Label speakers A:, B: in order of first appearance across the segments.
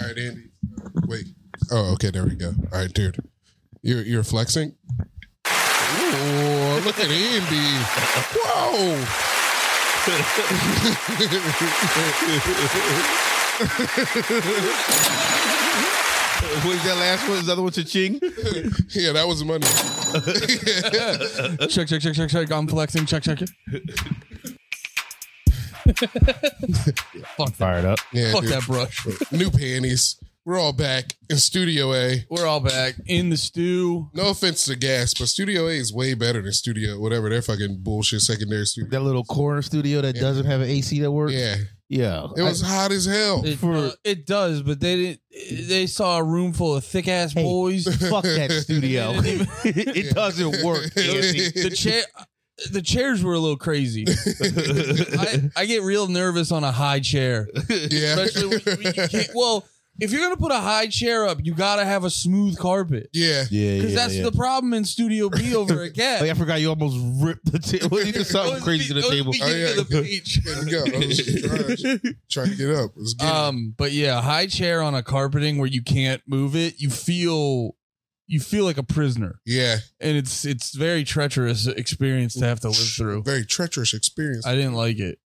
A: All right, Andy. Wait. Oh, okay. There we go. All right, dude. You're you're flexing. Ooh, look at Andy. Whoa.
B: What is that last one? Is the other one cha-ching?
A: Yeah, that was money.
C: Check, check, check, check, check. I'm flexing. Check, check. Fuck that.
D: Fired up.
A: Yeah,
C: Fuck
A: dude.
C: that brush.
A: New panties. We're all back in Studio A.
C: We're all back in the stew.
A: No offense to Gas, but Studio A is way better than Studio whatever their fucking bullshit secondary studio.
B: That little corner studio that doesn't have an AC that works.
A: Yeah,
B: Yeah.
A: it was hot as hell.
C: It,
B: For-
C: uh, it does, but they didn't. They saw a room full of thick ass
B: Hey.
C: boys.
B: I- fuck that studio. it doesn't work. Andy.
C: The chair, the chairs were a little crazy. I, I get real nervous on a high chair,
A: Yeah,
C: especially when, when you can't. Well, if you're gonna put a high chair up, you gotta have a smooth carpet
A: yeah.
B: Yeah, yeah.
C: because that's
B: yeah.
C: the problem in Studio B over at Gap.
B: Like, I forgot you almost ripped the table. You did something
C: Those
B: crazy to
C: be-
B: the
C: those
B: table.
C: beginning
A: Oh, yeah.
C: of the page.
A: Let's go. I was trying, trying to get up. Let's get it.
C: Um, but yeah, high chair on a carpeting where you can't move it, you feel you feel like a prisoner,
A: Yeah,
C: and it's it's very treacherous experience to have to live through.
A: very treacherous experience. I,
C: I didn't like it.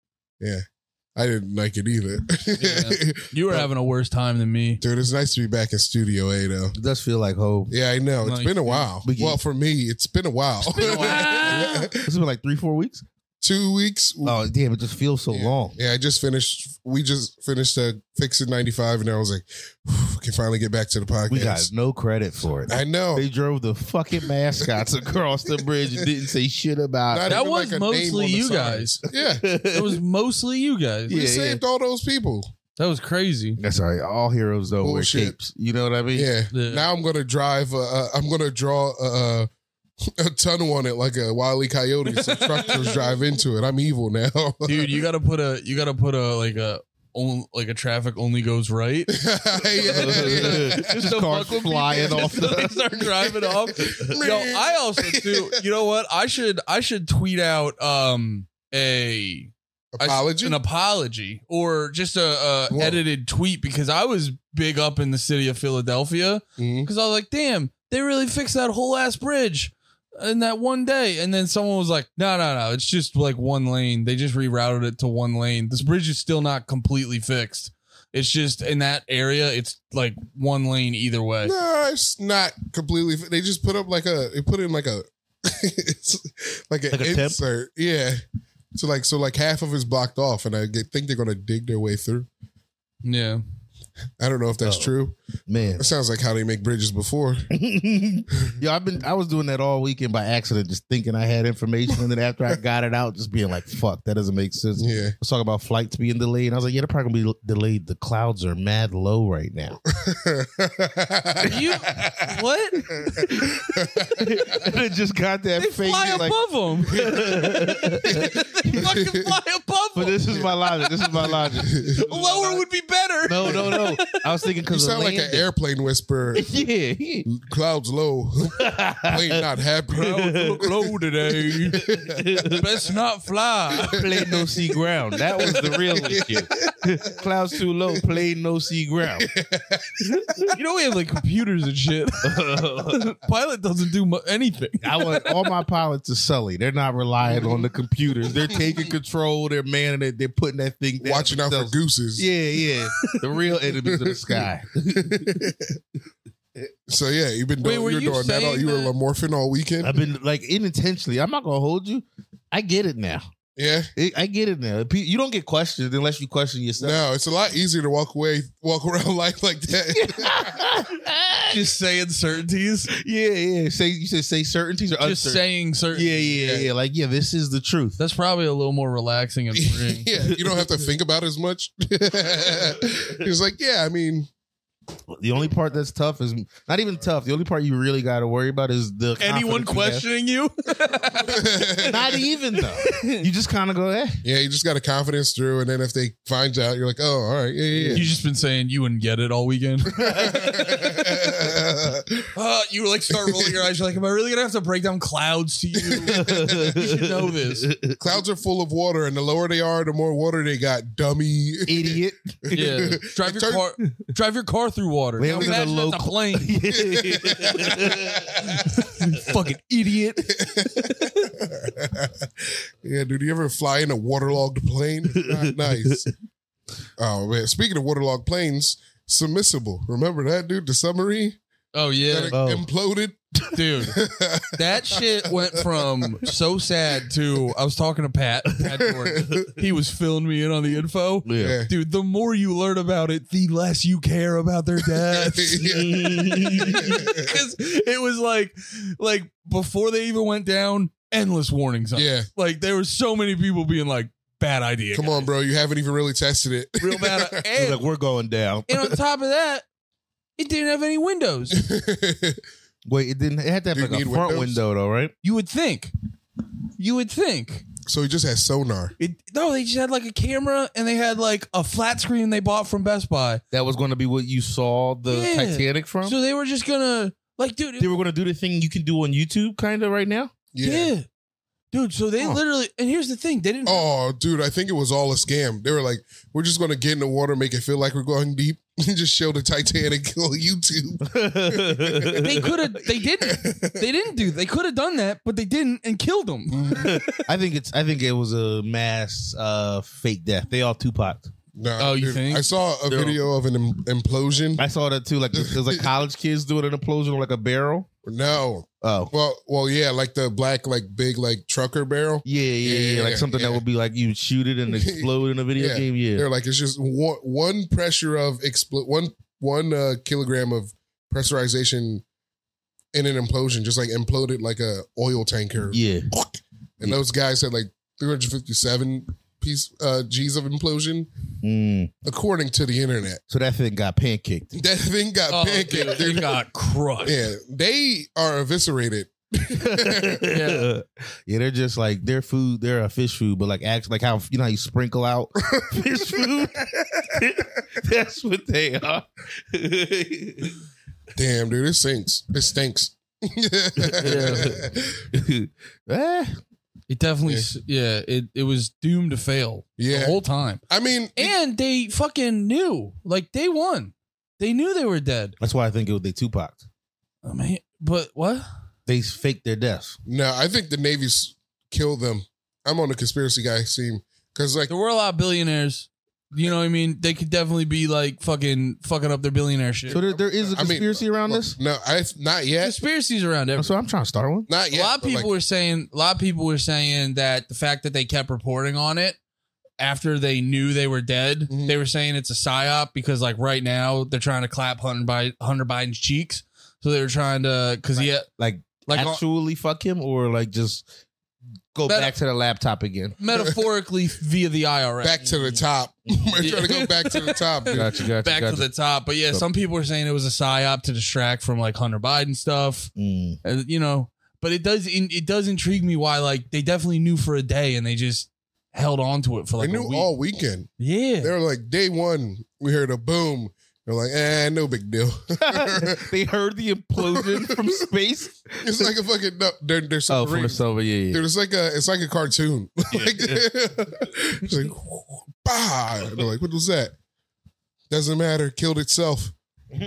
A: didn't like it either.
C: Yeah. You were having a worse time than me.
A: Dude, it's nice to be back in Studio A though.
B: It does feel like hope.
A: Yeah, I know. It's
C: Nice.
A: been a while.
B: We get-
A: Well, for me, it's been a while.
C: been a while.
B: This has been like three, four weeks.
A: Two weeks.
B: Oh, damn. It just feels so long.
A: Yeah, I just finished. We just finished uh, fixing ninety five, and I was like, "Whew, "Can finally get back to the podcast."
B: We got no credit for it.
A: I know.
B: They drove the fucking mascots across the bridge and didn't say shit about
A: Not
C: That
A: even,
C: was
A: a name
C: mostly
A: on the
C: you
A: sign.
C: guys.
A: Yeah,
C: It
B: it.
C: was mostly you guys.
A: we
B: Yeah,
A: saved all those people.
C: That was crazy.
B: That's all right. All heroes though wear
A: Bullshit.
B: capes. You know what I mean?
A: Yeah.
C: Yeah.
A: Now I'm gonna drive. Uh, uh, I'm gonna draw uh, uh, a tunnel on it like a wily coyote. So truckers drive into it. I'm evil now.
C: Dude, you gotta put a you gotta put a like a on, like a traffic only goes right.
A: Yeah.
B: Just
C: Don't
B: cars
C: fuck with me.
B: flying off
C: Until they
B: the-
C: start driving off. Yo, I also do. You know what? I should I should tweet out um a I-
A: Apology.
C: an apology, or just a,
A: Whoa.
C: a edited tweet because I was big up in the city of Philadelphia
A: Mhm.
C: because I was like, damn, they really fixed that whole ass bridge. In that one day, and then someone was like, "No, no, no! It's just like one lane. They just rerouted it to one lane. This bridge is still not completely fixed. It's just in that area. It's like one lane either way."
A: No, it's not completely. fi- They just put up like a. They put in like a, it's like an
B: Like a tip?
A: insert. Yeah. So like so like half of it's blocked off, and I get- think they're gonna dig their way through.
C: Yeah.
A: I don't know if that's
B: Oh.
A: true.
B: Man.
A: It sounds like how they make bridges before.
B: Yo, I've been I was doing that all weekend by accident, just thinking I had information. And then after I got it out, just being like, fuck, that doesn't make sense. I
A: Yeah.
B: was talking about flights being delayed. And I was like, yeah, they're probably gonna be delayed. The clouds are mad low right now.
C: You what?
B: and it just got that
C: They
B: fake.
C: fly
B: like,
C: above them. they fucking fly above
B: but
C: them.
B: this is my logic. This is my logic.
C: Lower would be better.
B: No, no, no. I was thinking
A: You
B: because
A: sound like an airplane whisperer.
B: yeah.
A: Clouds low, plane not
B: Oh,
A: happy.
C: look low today. Best not fly.
B: Plane no sea ground. That was the real issue. Clouds too low. Plane no sea ground.
C: You know we have like computers and shit. Pilot doesn't do mu- anything.
B: I want all my pilots to sully. They're not relying on the computers. They're taking control. They're manning it. They're putting that thing. down
A: Watching out for
B: themselves.
A: gooses.
B: Yeah, yeah. The real enemies of the sky.
A: So yeah, you've been
C: Wait,
A: doing,
C: were
A: you're
C: you
A: doing that all.
C: saying
A: You were
C: that-
A: lamorphine all weekend.
B: I've been like unintentionally. I'm not gonna hold you. I get it now.
A: Yeah.
B: I I get it now. Pe- You don't get questioned unless you question yourself.
A: No, it's a lot easier to walk away, walk around life like that.
C: Just saying certainties.
B: Yeah, yeah. Say you said say certainties or
C: Just
B: uncertainties.
C: saying certainties.
B: Yeah, yeah, yeah. Like yeah, this is the truth.
C: That's probably a little more relaxing and freeing.
A: yeah, you don't have to think about it as much. It's like, yeah, I mean,
B: The only part that's tough is not even tough. The only part you really got to worry about is the
C: Anyone
B: confidence you
C: questioning you?
B: have. Not
C: e-
B: even though. You just kind of go, eh.
A: Yeah, you just got a confidence through, and then if they find out, you're like, oh, all right, yeah, yeah.
C: You just been saying you wouldn't get it all weekend.
A: yeah.
C: Uh, you like start rolling your eyes. You're like, am I really gonna have to break down clouds to you? you should know this.
A: Clouds are full of water, and the lower they are, the more water they got. Dummy.
B: Idiot.
C: Yeah, drive your
A: Turn-
C: car. Drive your car through water.
B: We own a
C: Imagine that's a
B: local-
C: plane. Fucking idiot.
A: yeah, dude, you ever fly in a waterlogged plane? Not nice. Oh man, speaking of waterlogged planes, submissible. Remember that, dude? The submarine
C: Oh
A: that
C: yeah,
B: Oh.
A: imploded.
C: dude. That shit went from so sad to I was talking to Pat. Pat Jordan. he was filling me in on the info.
A: yeah.
C: Dude, the more you learn about it, the less you care about their deaths. Because it was like, like before they even went down, endless warning signs.
A: Yeah.
C: Like there were so many people being like, bad idea,
A: Come on, bro. You haven't even really tested it.
C: real bad. i-
B: You're
C: And,
B: like, we're going down.
C: and on top of that, it didn't have any windows.
B: Wait, it didn't. It had to have
A: Do you
B: like a
A: need
B: front
A: windows?
B: window though, right?
C: You would think. You would think.
A: so he just has sonar.
C: It, no, they just had like a camera and they had like a flat screen they bought from Best Buy.
B: That was going to be what you saw the
C: Yeah.
B: Titanic from.
C: So they were just gonna like, dude, it-
B: they were going to Uh-huh. do the thing you can do on YouTube, kind of right now.
A: Yeah.
C: yeah. Dude, so they
B: Huh.
C: literally, and here's the thing, they didn't.
A: Oh, dude, I think it was all a scam. They were like, we're just going to get in the water, make it feel like we're going deep, and just show the Titanic on YouTube.
C: They could have. They didn't. They didn't do. They could have done that, but they didn't, and killed them.
B: I think it's. I think it was a mass uh, fake death. They all Tupac.
A: Nah,
C: Oh, you
A: dude,
C: think?
A: I saw a
B: No.
A: video of an im- implosion.
B: I saw that too. Like there's like college kids doing an implosion on like a barrel.
A: No.
B: Oh
A: Well, well, yeah, like the black, like big, like trucker barrel.
B: yeah, yeah, yeah.
A: Yeah,
B: Like something
A: yeah.
B: that would be like you shoot it and explode in a video
A: Yeah.
B: game. Yeah,
A: They're like, it's just one, one pressure of expl- one one uh, kilogram of pressurization in an implosion, just like imploded like a oil tanker.
B: yeah.
A: And those guys had like 357 piece uh, G's of implosion.
B: Mm.
A: according to the internet.
B: So that thing got pancaked.
A: That thing got
C: Oh, dude,
A: pancaked.
C: they
A: dude.
C: got crushed.
A: yeah, they are eviscerated.
B: yeah. they're just like their food. They're a fish food, but like act like how you know how you sprinkle out fish food. That's what they are.
A: Damn, dude, it sinks. It stinks. yeah.
B: Eh,
C: It definitely. s- Yeah. It it was doomed to fail the whole time.
A: I mean,
C: And they fucking knew. Like day one, they knew they were dead.
B: That's why I think it was they Tupac.
C: I mean, but what?
B: They faked their deaths.
A: no, I think the Navy's killed them. I'm on the conspiracy guy team because, like,
C: There were a lot of billionaires. You know what I mean? They could definitely be like fucking fucking up their billionaire shit.
B: So there, there is a
A: I mean,
B: conspiracy around this.
A: no, I not yet,
C: Conspiracies around everything.
B: So I'm trying to start one.
A: not yet.
C: a lot of
A: but,
C: people were saying a lot of people were saying that the fact that they kept reporting on it after they knew they were dead,
A: Mhm.
C: they were saying it's a psyop because like right now they're trying to clap Hunter Biden, Hunter Biden's cheeks. So they were trying to because he had
B: Like,
C: like
B: actually fuck him or like just go
C: Better-
B: back to the laptop again.
C: metaphorically via the IRS.
A: like, back to the top. we're trying to go back to the top, dude.
B: Gotcha, gotcha,
C: Back to
B: gotcha.
C: the top, but yeah,
B: So-
C: some people were saying it was a psyop to distract from like Hunter Biden stuff,
B: Mm.
C: and Uh, you know. But it does it does intrigue me why like they definitely knew for a day and they just held on to it for like
A: they
C: a
A: knew
C: week.
A: all weekend.
C: yeah,
A: They were like, day one, we heard a boom. They're like, eh, no big deal.
B: they heard the implosion from space.
A: It's like a fucking no, they're they're
B: Oh,
A: submarine.
B: from the silver, yeah, yeah.
A: Dude, it's like a it's like a cartoon. like, it's like bah. And they're like, what was that? Doesn't matter. Killed itself.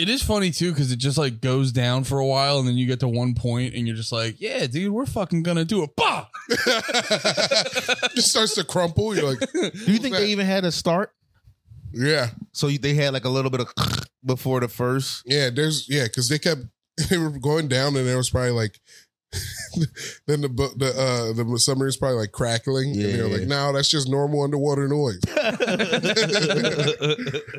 C: It is funny too because it just like goes down for a while and then you get to one point and you're just like, yeah, dude, we're fucking gonna do it. Bah!
A: Just starts to crumple. You're like,
B: Do you think
A: that?
B: they even had a start?
A: yeah,
B: So you, they had like a little bit of before the first.
A: yeah. There's yeah, because they kept they were going down, and there was probably like then the bu- the uh, the submarine's probably like crackling,
B: Yeah,
A: and they're
B: yeah.
A: like, "No, that's just normal underwater noise."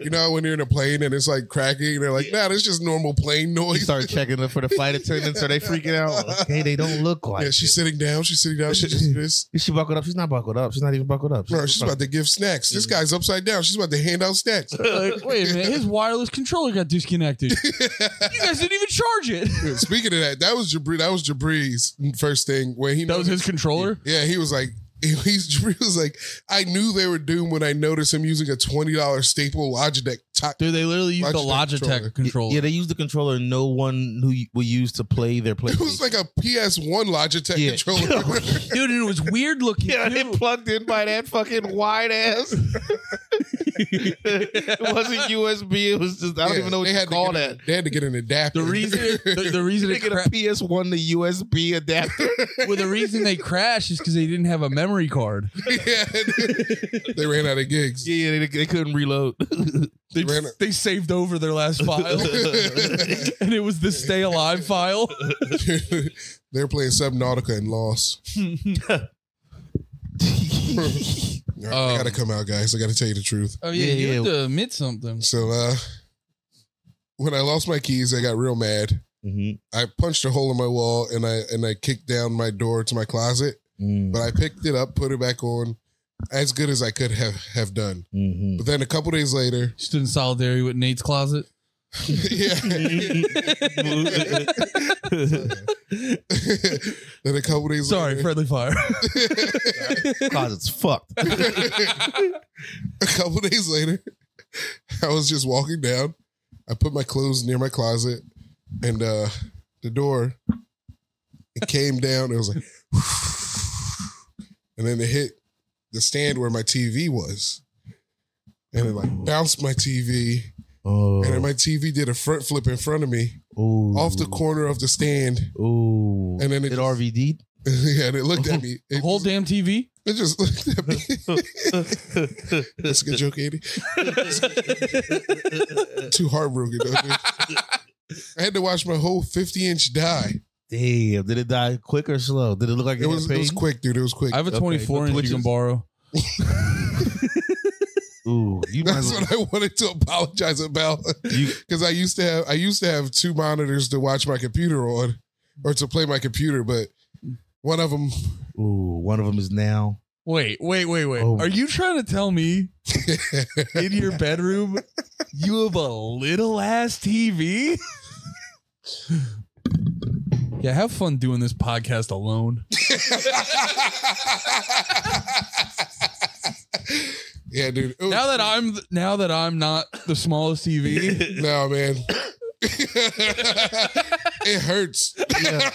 A: You know, how when you're in a plane and it's like cracking, they're like, "No, that's just normal plane
B: you
A: noise."
B: start checking them for the flight attendants. Are they freaking out? Okay, they don't look like.
A: yeah,
B: it.
A: she's sitting down. She's sitting down. She just this.
B: Is she buckled up? She's not buckled up. She's not even buckled up.
A: No, she's about to give snacks. This guy's upside down. She's about to hand out snacks.
C: Like, wait a minute, his wireless controller got disconnected. You guys didn't even charge it.
A: Yeah, Speaking of that, that was Jabri. That was Jabri's first thing when he
C: That was his controller.
A: Yeah, he was like, he, he's, Jabri was like, I knew they were doomed when I noticed him using a twenty dollars staple Logitech. Top.
C: Dude, they literally used
A: Logitech
C: the
A: controller.
C: Logitech controller.
B: Yeah, they use the controller no one who will use to play their
A: It was
B: PlayStation.
A: like a PS One Logitech
B: Yeah.
A: controller.
C: Dude, and it was weird looking
B: Yeah,
C: too.
B: it plugged in by that fucking wide ass. it wasn't USB. It was just I don't
A: Yeah,
B: even know what
A: they
B: you
A: had to
B: call
A: get
B: that.
A: an- they had to get an adapter.
C: The reason the, the reason
B: They
C: it
B: get a
C: cra-
B: PS1 to USB adapter.
C: well, the reason they crashed is because they didn't have a memory card.
A: yeah, they ran out of gigs.
B: yeah, yeah, they, they couldn't reload.
C: They,
A: Ran a-
C: they saved over their last file, and it was the stay alive file.
A: they were playing Subnautica and lost. I
C: Um,
A: gotta come out, guys. I gotta tell you the truth.
C: Oh yeah,
B: Yeah,
C: you
B: yeah.
C: have to admit something.
A: So uh when I lost my keys, I got real mad.
B: Mm-hmm,
A: I punched a hole in my wall and I and I kicked down my door to my closet,
B: Mhm.
A: but I picked it up, put it back on as good as I could have have done.
B: Mhm.
A: But then a couple days later,
C: Stood in solidarity with Nate's closet.
A: yeah.
B: mm-hmm.
A: then a couple days
C: Sorry,
A: later,
C: friendly fire.
B: Closet's fucked.
A: a couple days later, I was just walking down. I put my clothes near my closet and uh the door it came down. It was like and then it hit the stand where my TV was. And it like bounced my TV.
B: Oh,
A: And then my TV did a front flip in front of me
B: Ooh.
A: off the corner of the stand.
B: Ooh,
A: And then it
B: it
A: just-
B: RVD.
A: yeah, and it looked at me.
C: The
A: It,
C: whole damn TV.
A: it just looked at me. That's a good joke, Andy. Too heartbroken, though, dude. I had to watch my whole 50 inch die.
B: Damn, did it die quick or slow? Did it look like
A: It was it was quick, dude. It was quick.
C: I have a
B: Okay,
C: 24
B: but
C: inch
B: which
C: you can
B: is-
C: borrow.
B: Ooh, you might as
A: That's
B: well.
A: what I wanted to apologize about
B: You,
A: because I used to have I used to have two monitors to watch my computer on or to play my computer, but one of them
B: ooh, one of them is now.
C: Wait, wait, wait, wait.
B: Oh.
C: Are you trying to tell me in your bedroom you have a little ass TV? yeah, have fun doing this podcast alone.
A: Yeah, dude. It was-
C: Now that I'm th- now that I'm not the smallest TV,
A: No, man. it hurts.
B: Yeah.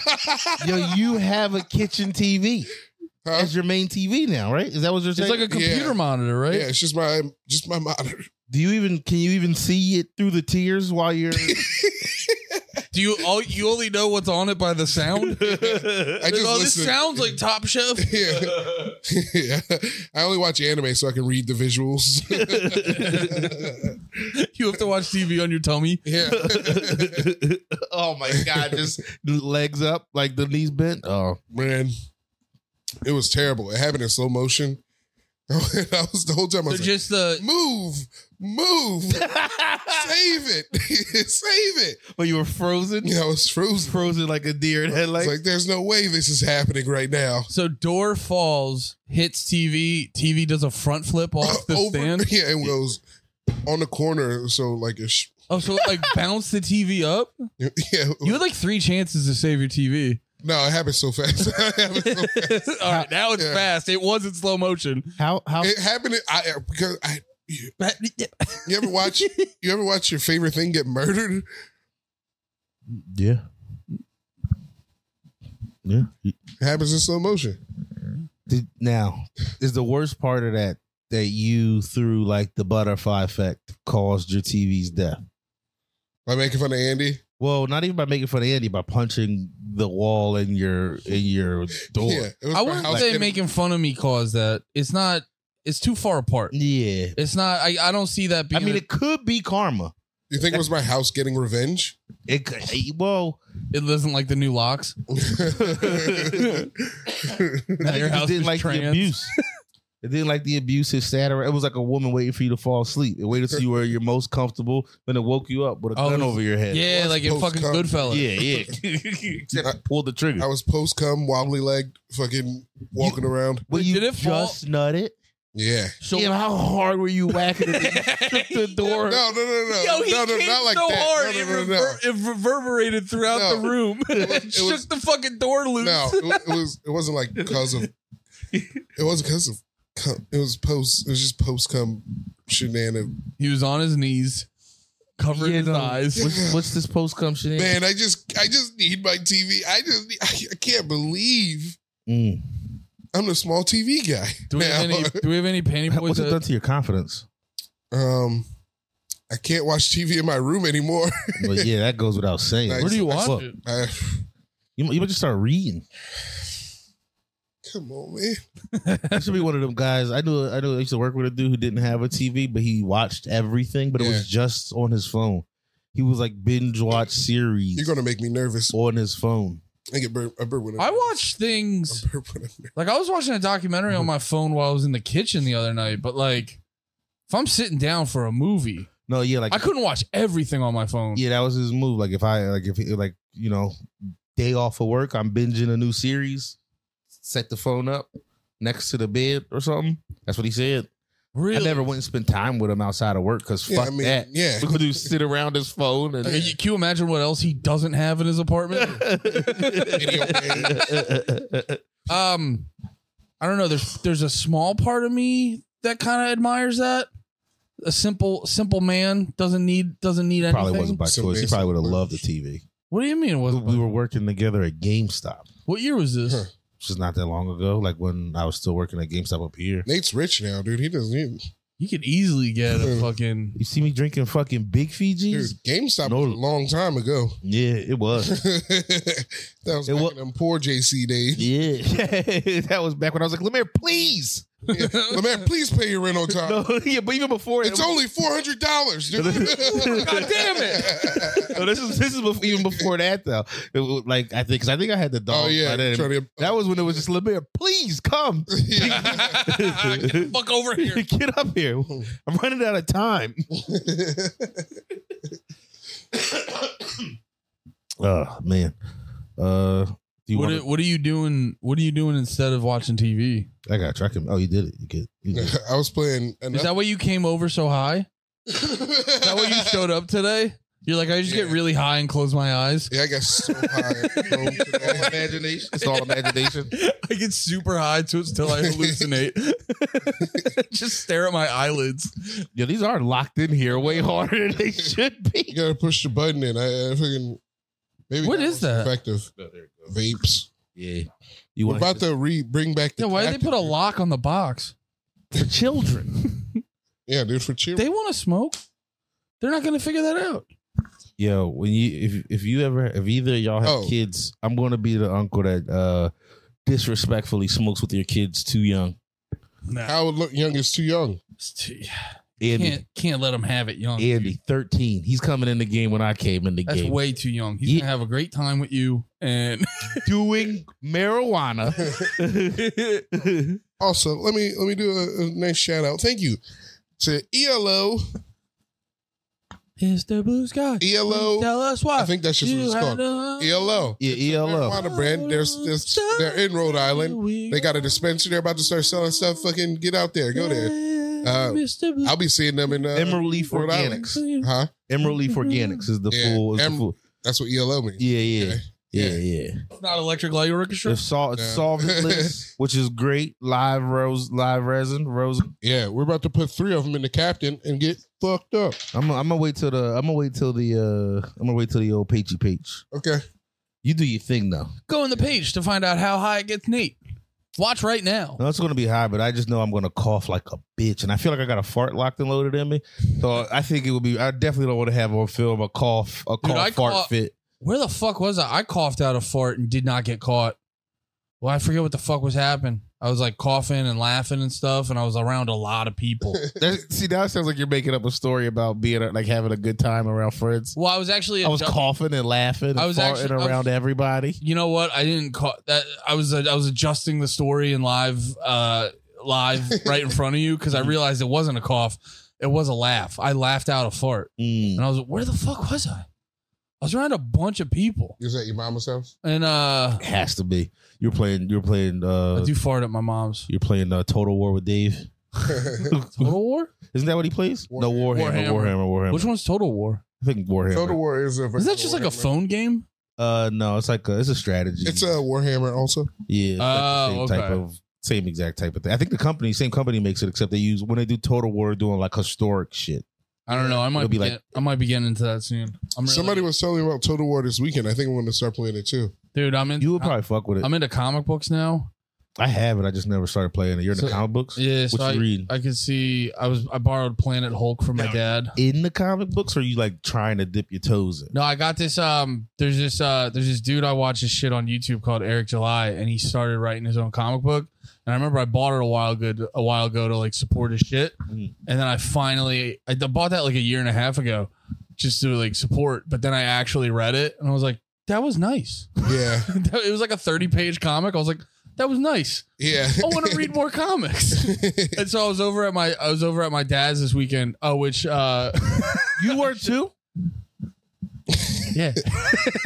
B: Yo, you have a kitchen TV
A: Huh?
B: as your main TV now, right? Is that what you're
C: it's
B: saying?
C: like a computer
A: Yeah.
C: monitor, right?
A: Yeah, it's just my just my monitor.
B: Do you even can you even see it through the tears while you're?
C: Do you all you only know what's on it by the sound?
A: I just
C: oh,
A: listen.
C: this sounds like Top Chef.
A: yeah. yeah. I only watch anime so I can read the visuals.
C: you have to watch TV on your tummy.
A: yeah.
B: oh my god, just the legs up, like the knees bent. Oh,
A: Man. It was terrible. It happened in slow motion. I was the whole time I
C: So
A: was like,
C: just the
A: move, move, save it, save it.
B: but you were frozen,
A: You know, it's frozen.
B: frozen like a deer in
A: It's
B: headlights.
A: like there's no way this is happening right now.
C: so door falls, hits TV. TV does a front flip off the stand.
A: yeah, and goes on the corner. So like, a sh-
C: Oh, so it, like bounce the TV up.
A: yeah,
C: You had like three chances to save your TV.
A: no, it happened so fast. it happened so fast.
C: All right, now it's
A: Oh, Yeah.
C: fast. It was in slow motion.
B: how how
A: It happened. I because I you ever watch you ever watch your favorite thing get murdered?
B: Yeah. Yeah.
A: It happens in slow motion.
B: Did, now, is the worst part of that that you through like the butterfly effect caused your TV's death?
A: By making fun of Andy.
B: Well, not even by making fun of Andy, by punching the wall in your in your door.
A: Yeah,
B: Yeah.
A: it was
C: I
A: my
C: wouldn't
A: house
C: say
A: getting-
C: making fun of me caused that. It's not. It's too far apart. It's not. I, I don't see that
B: I
C: being.
B: mean,
C: a-
B: it could be karma.
A: You think it was my house getting revenge?
B: It could, well,
C: It doesn't like the new locks. Now your
B: It
C: house
B: didn't
C: is
B: like the
C: trans.
B: abuse. It didn't like the abuse. It sat around. It was like a woman waiting for you to fall asleep. It waited till you were your most comfortable, then it woke you up with a
C: Oh,
B: gun
C: it was-
B: over your head.
C: Yeah,
A: What's
C: like in fucking
A: post-cum?
C: Goodfellas.
B: yeah, yeah. Except
A: I-
B: it pulled the trigger.
C: Oh,
A: I was post cum, wobbly legged, fucking walking around.
B: Well,
C: Wait,
B: you
C: did it fall-
B: just nutted.
A: Yeah.
C: So
B: Damn, how hard were you whacking it? Took the door.
A: No, no, no, no.
C: Yo, he
A: no, no,
C: came
A: not like
C: so
A: that.
C: hard
A: no,
C: it,
A: no, no, no.
C: rever- it reverberated throughout
A: No.
C: the room.
A: It was-
C: it
A: it
C: shook
A: was-
C: the fucking door loose.
A: No, it, wa- it was it wasn't like because of it wasn't because of cum. it was post it was just post cum shenanigans.
C: He was on his knees, covering
B: Yeah,
C: his
B: no.
C: eyes.
B: What's, what's this post cum shit? in?
A: Man, I just I just need my TV. I just need- I, I can't believe
B: Mm.
A: I'm the small TV guy.
C: Do we, have
A: now.
C: any, do we have any panty boys?
B: What's it
C: That,
B: done to your confidence?
A: Um, I can't watch TV in my room anymore.
B: Well, yeah, that goes without saying.
A: Nice.
C: where do you
A: Fuck.
B: Fuck.
C: watch it?
A: I,
B: You, you might just start reading.
A: come on, man.
B: I should be one of them guys. I knew I knew I used to work with a dude who didn't have a TV, but he watched everything, but it was just on his phone. He was like binge watch series
A: You're gonna make me nervous.
B: on his phone.
A: I get burp, I burp when I'm-
C: I watch
A: I
C: things
A: burp when I'm-
C: like I was watching a documentary on my phone while I was in the kitchen the other night. But like, if I'm sitting down for a movie,
B: No, yeah, like
C: I couldn't watch everything on my phone.
B: yeah, that was his move. Like if I like if he- like you know, day off of work, I'm binging a new series. Set the phone up next to the bed or something. That's what he said.
C: Really?
B: I never went and spent time with him outside of work because
A: Yeah,
B: fuck
A: I mean,
B: that.
A: yeah.
B: We're gonna do sit around his phone and
C: Like, you- can you imagine what else he doesn't have in his apartment? um, I don't know. There's there's a small part of me that kind of admires that. A simple simple man doesn't need doesn't need anything.
B: probably wasn't by
A: So
B: choice. He probably would have
A: basically-
B: loved the TV.
C: What do you mean? It
B: We,
C: wasn't?
B: we were working together at GameStop,
C: what year was this?
A: Huh.
B: which is not that long ago. Like when I was still working at GameStop up here.
A: Nate's rich now, dude. He doesn't even.
C: You could easily get a
A: Hmm.
C: fucking.
B: You see me drinking fucking big
A: Dude,
B: Fiji's?
A: GameStop
B: No.
A: was a long time ago.
B: Yeah, it was.
A: that was
B: It
A: back
B: wa-
A: in them poor JC days.
B: yeah, that was back when I was like, "Lemire, please."
A: But man, please pay your rent on time.
B: No, yeah, but even before it
A: It's only four hundred dollars, dude.
B: God
C: damn
A: it!
B: No, this is this is bef- even before that though. It was, like I think, because I think I had the dog.
A: oh yeah,
B: by then.
A: trying to-
B: that was when it was just Lemire, please come.
A: Yeah.
C: Get the fuck over here.
B: Get up here. I'm running out of time. Oh man. Uh do you
C: What
B: want
C: are, what are you doing? What are you doing instead of watching TV?
B: I gotta track him. Oh, you did it. You could you did it.
A: I was playing.
C: Is that why you came over so high? Is that why you showed up today? You're like, I just get
A: Yeah.
C: really high and close my eyes.
A: Yeah, I got so high. bro, today.
B: imagination. It's all imagination.
C: I get super high to it till I hallucinate. Just stare at my eyelids.
B: Yeah, these are locked in here way harder than they should
A: You
B: be.
A: gotta push the button in. I, I fucking maybe
C: What
A: that
C: is
A: was
C: that?
A: Effective
B: Oh,
A: vapes.
B: Yeah. You
A: We're
B: want
A: about to re bring back the.
C: Yeah, why did they
A: captain,
C: put a
A: dude.
C: lock on the box?
B: for children.
A: Yeah, dude, for cheer.
C: They want to smoke. They're not going to figure that out.
B: Yo, when you if if you ever if either of y'all have
A: Oh.
B: kids, I'm gonna be the uncle that uh disrespectfully smokes with your kids too young.
C: No,
A: How lo- young is too young?
B: Andy.
C: can't can't let them have it young. dude.
B: Andy, 13. He's coming in the game when I came in the
C: That's
B: game.
C: way too young. He's
B: Ye-
C: gonna have a great time with you, and
B: Doing marijuana.
A: Also, let me let me do a, a nice shout out. Thank you to E ELO.
C: Mr. Blue Sky.
A: ELO.
C: tell us why.
A: E I think that's just what it's called.
B: E
A: E ELO.
B: Yeah, ELO.
A: Marijuana brand. There's, there's, they're in Rhode Island. They got a dispensary. They're about to start selling stuff. Fucking get out there. Go there. Uh,
C: Mr. Blue
A: I'll be seeing them in uh,
B: Emerald Leaf
A: Rhode Island.
B: Organics.
A: Huh?
B: Emerald Leaf Organics is the
A: Yeah,
B: full. Is the
A: em-
B: full.
A: That's what ELO means.
B: Yeah, yeah,
A: Okay.
B: yeah, yeah.
C: It's not electric light orchestra.
B: It's, sol- it's
A: Yeah.
B: solventless, which is great. Live rose, live resin, rosin.
A: Yeah, we're about to put three of them in the captain and get fucked up.
B: I'm, I'm gonna wait till the. I'm gonna wait till the. uh I'm gonna wait till the old peachy peach.
A: Okay.
B: You do your thing though.
C: Go on the page to find out how high it gets Nate. Watch right now.
B: No, it's gonna be high, but I just know I'm gonna cough like a bitch, and I feel like I got a fart locked and loaded in me. So I think it would be. I definitely don't want to have on film a cough, a
C: Dude,
B: cough
C: I
B: fart
C: cough-
B: fit.
C: Where the fuck was I? I coughed out a fart and did not get caught. Well, I forget what the fuck was happening. I was like coughing and laughing and stuff, and I was around a lot of people.
B: That- see, now it sounds like you're making up a story about being like having a good time around friends.
C: well, I was actually a
B: I was
C: du-
B: coughing and laughing and
C: I was
B: farting
C: actually- I was-
B: around everybody.
C: You know what? I didn't call that. I was uh, I was adjusting the story in live uh live right in front of you because I
B: Mm.
C: realized it wasn't a cough, it was a laugh. I laughed out a fart,
B: Mm.
C: and I was like, "Where the fuck was I?" I was around a bunch of people,
A: Is that your mama's house?
C: and uh,
B: It has to be. You're playing. You're playing.
C: I
B: uh
C: do fart at my mom's.
B: You're playing uh, Total War with Dave.
C: Total War?
B: Isn't that what he plays?
A: War-
B: no, Warhammer.
C: Warhammer.
B: Warhammer. Warhammer.
C: Which one's Total War?
B: I think Warhammer.
A: Total War is a.
C: Is that just like a phone game?
B: Uh, no, it's like a, it's a strategy.
A: It's a Warhammer also.
B: yeah. It's
C: Oh,
B: same
C: okay.
B: type of same exact type of thing. I think the company, same company makes it, except they use when they do Total War, they're doing like historic shit.
C: I don't know. I might
B: It'll
C: be
B: be like-
C: get- I might be getting into that soon. I'm really,
A: Somebody was telling me about Total War this weekend. I think I'm going to start playing it too.
C: dude. I'm in.
B: You would probably fuck with it.
C: I'm into comic books now.
B: I have it. I just never started playing it. You're in
C: So-
B: the comic books.
C: Yeah, so
B: what you
C: I,
B: read?
C: I could see. I was I borrowed Planet Hulk from my dad.
B: in the comic books, or are you like trying to dip your toes in?
C: No, I got this. Um, there's this. Uh, there's this dude I watch his shit on YouTube called Eric July, and he started writing his own comic book. And I remember I bought it a while good a while ago to like support his shit.
B: Mhm.
C: And then I finally I d- bought that like a year and a half ago, just to like support. But then I actually read it, and I was like, that was nice.
A: Yeah,
C: it was like a 30 page comic. I was like, that was nice.
A: yeah.
C: I want to read more comics. And so I was over at my I was over at my dad's this weekend. Oh, which uh
B: You were too.
C: yeah.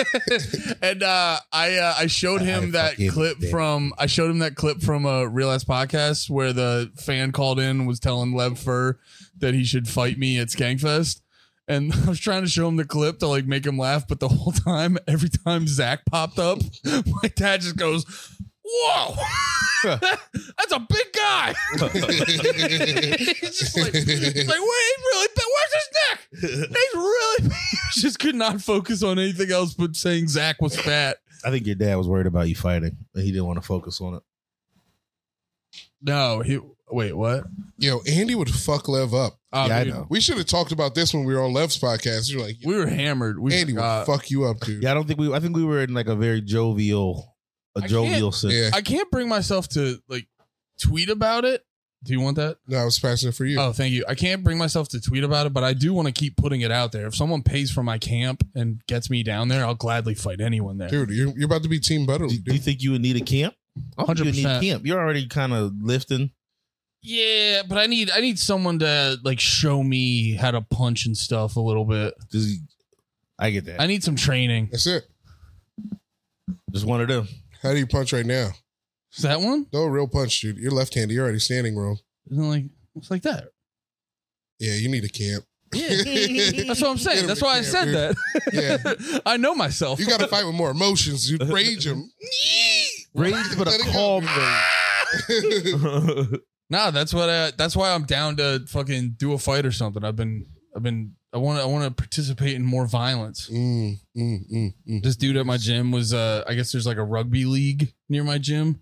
C: and uh I uh, I showed him
B: I
C: that
B: fucking
C: clip
B: did.
C: from I showed him that clip from a Real Ass podcast where the fan called in and was telling Lev Fur that he should fight me at Skankfest. And I was trying to show him the clip to like make him laugh, but the whole time, every time Zach popped up, my dad just goes, Whoa, that's a big guy. he's just like, he's like, wait, he's really big. Where's his neck? He's really big." He just could not focus on anything else but saying Zach was fat.
B: I think your dad was worried about you fighting, and he didn't want to focus on it.
C: No, he wait, what?
A: Yo, Andy would fuck Lev up.
C: Oh,
B: yeah,
C: dude,
B: I know.
A: We should have talked about this when we were on Lev's podcast. You're like,
C: We were hammered. We
A: Andy
C: forgot.
A: would fuck you up, dude.
B: Yeah, I don't think we. I think we were in like a very jovial,
C: I
B: a
C: can't-
B: jovial sense.
A: Yeah.
C: I can't bring myself to like tweet about it. Do you want that?
A: No, I was passionate for you.
C: Oh, thank you. I can't bring myself to tweet about it, but I do want to keep putting it out there. If someone pays for my camp and gets me down there, I'll gladly fight anyone there.
A: Dude, you're, you're about to be Team Butterly,
B: Do, do you
A: dude.
B: think you would need a camp? I don't think you would
C: 100%.
B: need a camp. You're already kind of lifting.
C: Yeah, but I need I need someone to like show me how to punch and stuff a little bit.
B: Just, I get that.
C: I need some training.
A: That's it.
B: Just one of them.
A: How do you punch right now?
C: Is that one?
A: No real punch, dude. You're left handed. You're already standing wrong.
C: Isn't it like it's like that.
A: Yeah, you need a camp.
C: That's what I'm saying. That's why I said that. I know myself.
A: You got to fight with more emotions, dude. Rage him.
B: Rage, but
A: Let it
B: a
A: go.
B: calm rage.
C: Nah, that's what I, that's why I'm down to fucking do a fight or something. I've been I've been I want to I want to participate in more violence.
A: mm, mm, mm, mm.
C: This dude at my gym was uh I guess there's like a rugby league near my gym.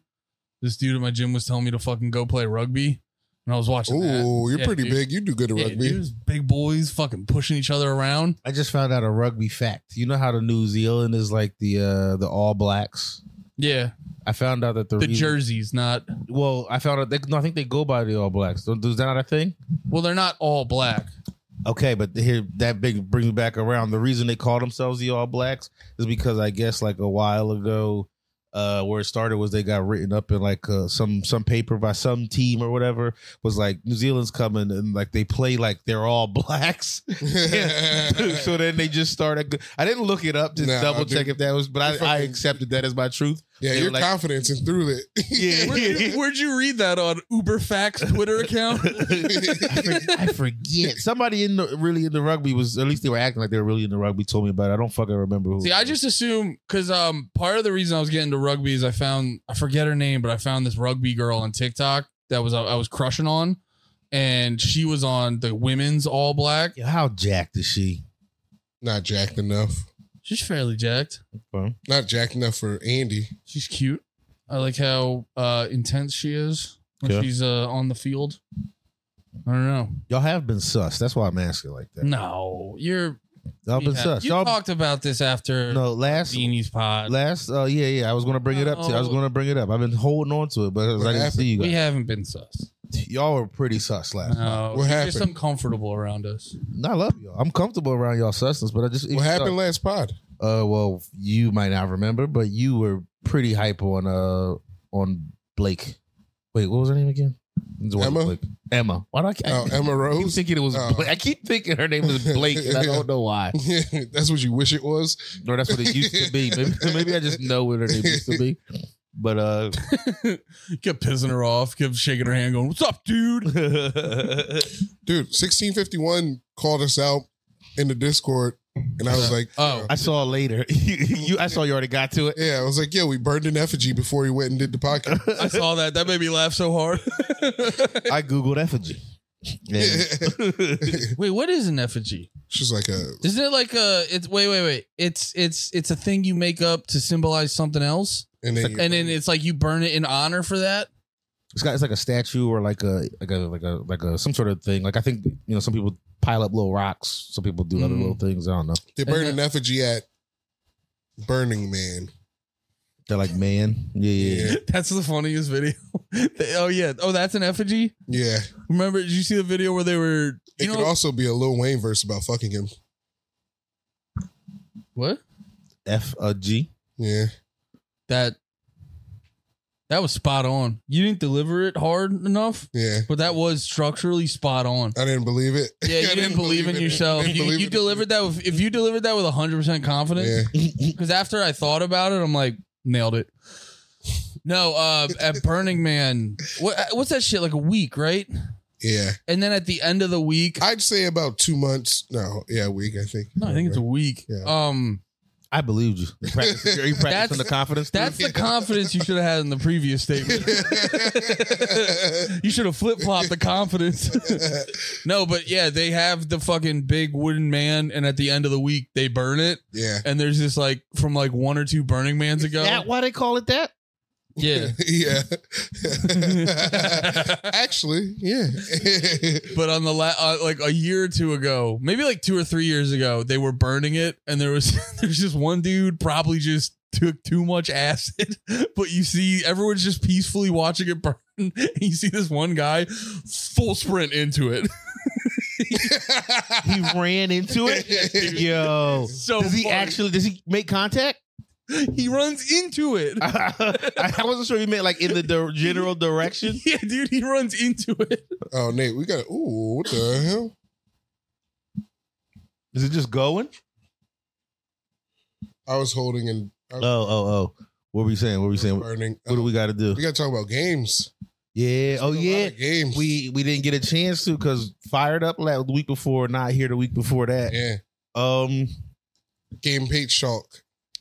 C: This dude at my gym was telling me to fucking go play rugby, and I was watching. that.
A: Oh, you're
C: Yeah,
A: pretty
C: dude.
A: big. You do good at
C: Yeah,
A: rugby.
C: dudes, big boys fucking pushing each other around.
B: I just found out a rugby fact. You know how the New Zealand is like the uh, the All Blacks.
C: Yeah,
B: I found out that the,
C: the
B: reason-
C: jerseys not.
B: Well, I found out. They, no, I think they go by the All Blacks. Don't- Is that not a thing?
C: Well, they're not all black.
B: Okay, but here that big brings me back around. The reason they call themselves the All Blacks is because I guess like a while ago, uh, where it started was they got written up in like uh, some some paper by some team or whatever was like New Zealand's coming and like they play like they're all blacks. so then they just started. I didn't look it up to
A: Nah,
B: double check
A: dude.
B: if that was, but
A: You
B: I, I
A: fucking-
B: accepted that as my truth.
A: yeah,
B: they
A: your
B: were like-
A: confidence and through it.
B: Yeah.
C: Where'd you, where'd you read that on Uberfax Twitter account?
B: I, for- I forget. Somebody in the really in the rugby was at least they were acting like they were really in the rugby. Told me about. it. I don't fucking remember who.
C: See, I just assume because um, part of the reason I was getting to rugby is I found I forget her name, but I found this rugby girl on TikTok that was uh, I was crushing on, and she was on the women's all black.
B: Yo, how jacked is she?
A: Not jacked enough.
C: She's fairly jacked.
A: Not jacked enough for Andy.
C: She's cute. I like how uh, intense she is when
B: Yeah.
C: she's uh, on the field. I don't know.
B: Y'all have been sus. That's why I'm asking like that.
C: No, you're
B: Y'all been
C: Yeah.
B: sus.
C: You
B: Y'all
C: talked about this after
B: no last
C: Beanie's pod.
B: last. Uh, yeah, yeah. I was gonna bring it up. To, I was
C: No.
B: gonna bring it up. I've been holding on to it, but
A: What
B: I didn't see you
C: we
B: guys.
C: haven't been sus.
B: y'all were pretty sus last. time.
C: No,
A: What
C: you're
A: happened?
C: just uncomfortable around us.
B: No, I love y'all. I'm comfortable around y'all sustenance, but I just
A: What happened last pod?
B: Uh, well, you might not remember, but you were pretty hype on uh on Blake. Wait, what was her name again? It wasn't
A: Emma?
B: Blake. Emma. Why do I, I,
A: Oh, Emma
B: I keep
A: Rose.
B: thinking it was?
A: Oh.
B: Blake. I keep thinking her name was Blake, and I don't know why.
A: That's what you wish it was.
B: Or that's what it used to be. Maybe, maybe I just know what her name used to be. But uh,
C: kept pissing her off, kept shaking her hand, going, "What's up, dude?"
A: Dude, 1651 called us out in the Discord, and I was like,
C: Oh,
B: I saw later. You, you, I saw you already got to it.
A: yeah, I was like, yeah, we burned an effigy before he went and did the podcast.
C: I saw that. That made me laugh so hard.
B: I googled effigy. And-
C: Wait, what is an effigy?
A: She's like uh, a
C: Isn't it like a? It's wait, wait, wait. It's it's it's a thing you make up to symbolize something else,
A: and then you-
C: and then it's like you burn it in honor for that.
B: it's got it's like a statue or like a like a like a like a some sort of thing. Like I think you know some people pile up little rocks. Some people do other
C: Mm.
B: little things. I don't know.
A: they burned an effigy at Burning Man.
B: They're like man, yeah, yeah. yeah.
C: That's the funniest video. They- oh yeah. Oh, that's an effigy.
A: Yeah,
C: Remember? Did you see the video where they were?
A: it
C: You
A: could
C: know
A: also be a Lil Wayne verse about fucking him.
C: what?
B: F a G.
A: Yeah,
C: That. That was spot on. You didn't deliver it hard enough,
A: yeah.
C: but that was structurally spot on.
A: I didn't believe it.
C: Yeah,
A: I
C: you didn't, believe, in
A: it.
C: yourself.
A: Didn't
C: You,
A: believe
C: you
A: it.
C: delivered that with, if you delivered that with 100% confidence.
A: Yeah,
C: Because after I thought about it, I'm like, nailed it. No, uh, at Burning Man, what, uh, what's that shit? Like a week, right?
A: yeah.
C: And then at the end of the week,
A: I'd say about two months. No, yeah, a week. I think.
C: no, I think it's a week.
A: Yeah.
C: Um,
B: I believed you. You practice- Are you practicing
C: That's-
B: the confidence? thing?
C: that's the confidence you should have had in the previous statement. you should have flip flopped the confidence. no, but yeah, they have the fucking big wooden man, and at the end of the week, they burn it.
A: yeah,
C: and there's just like from like one or two Burning Mans ago.
B: That why they call it that?
C: yeah.
A: yeah. Actually, yeah.
C: But on the la- uh, like a year or two ago, maybe like two or three years ago, they were burning it, and there was there's just one dude probably just took too much acid. But you see, everyone's just peacefully watching it burn, and you see this one guy full sprint into it.
B: He ran into it. Yo,
C: So
B: does he
C: funny.
B: actually? Does he make contact?
C: He runs into it.
B: I wasn't sure if he meant like in the di- general direction.
C: Yeah, dude, he runs into it.
A: oh, Nate, we got. Ooh, what the hell?
B: Is it just going?
A: I was holding and I
B: Oh,
A: was
B: oh, oh. What were you saying? What were you saying? What
A: burning.
B: do we got to do?
A: We got to talk about games.
B: Yeah. Oh,
A: A lot
B: yeah.
A: of games.
B: we we didn't get a chance to because fired up last the week before, not here the week before that.
A: yeah,
B: Um,
A: game page talk.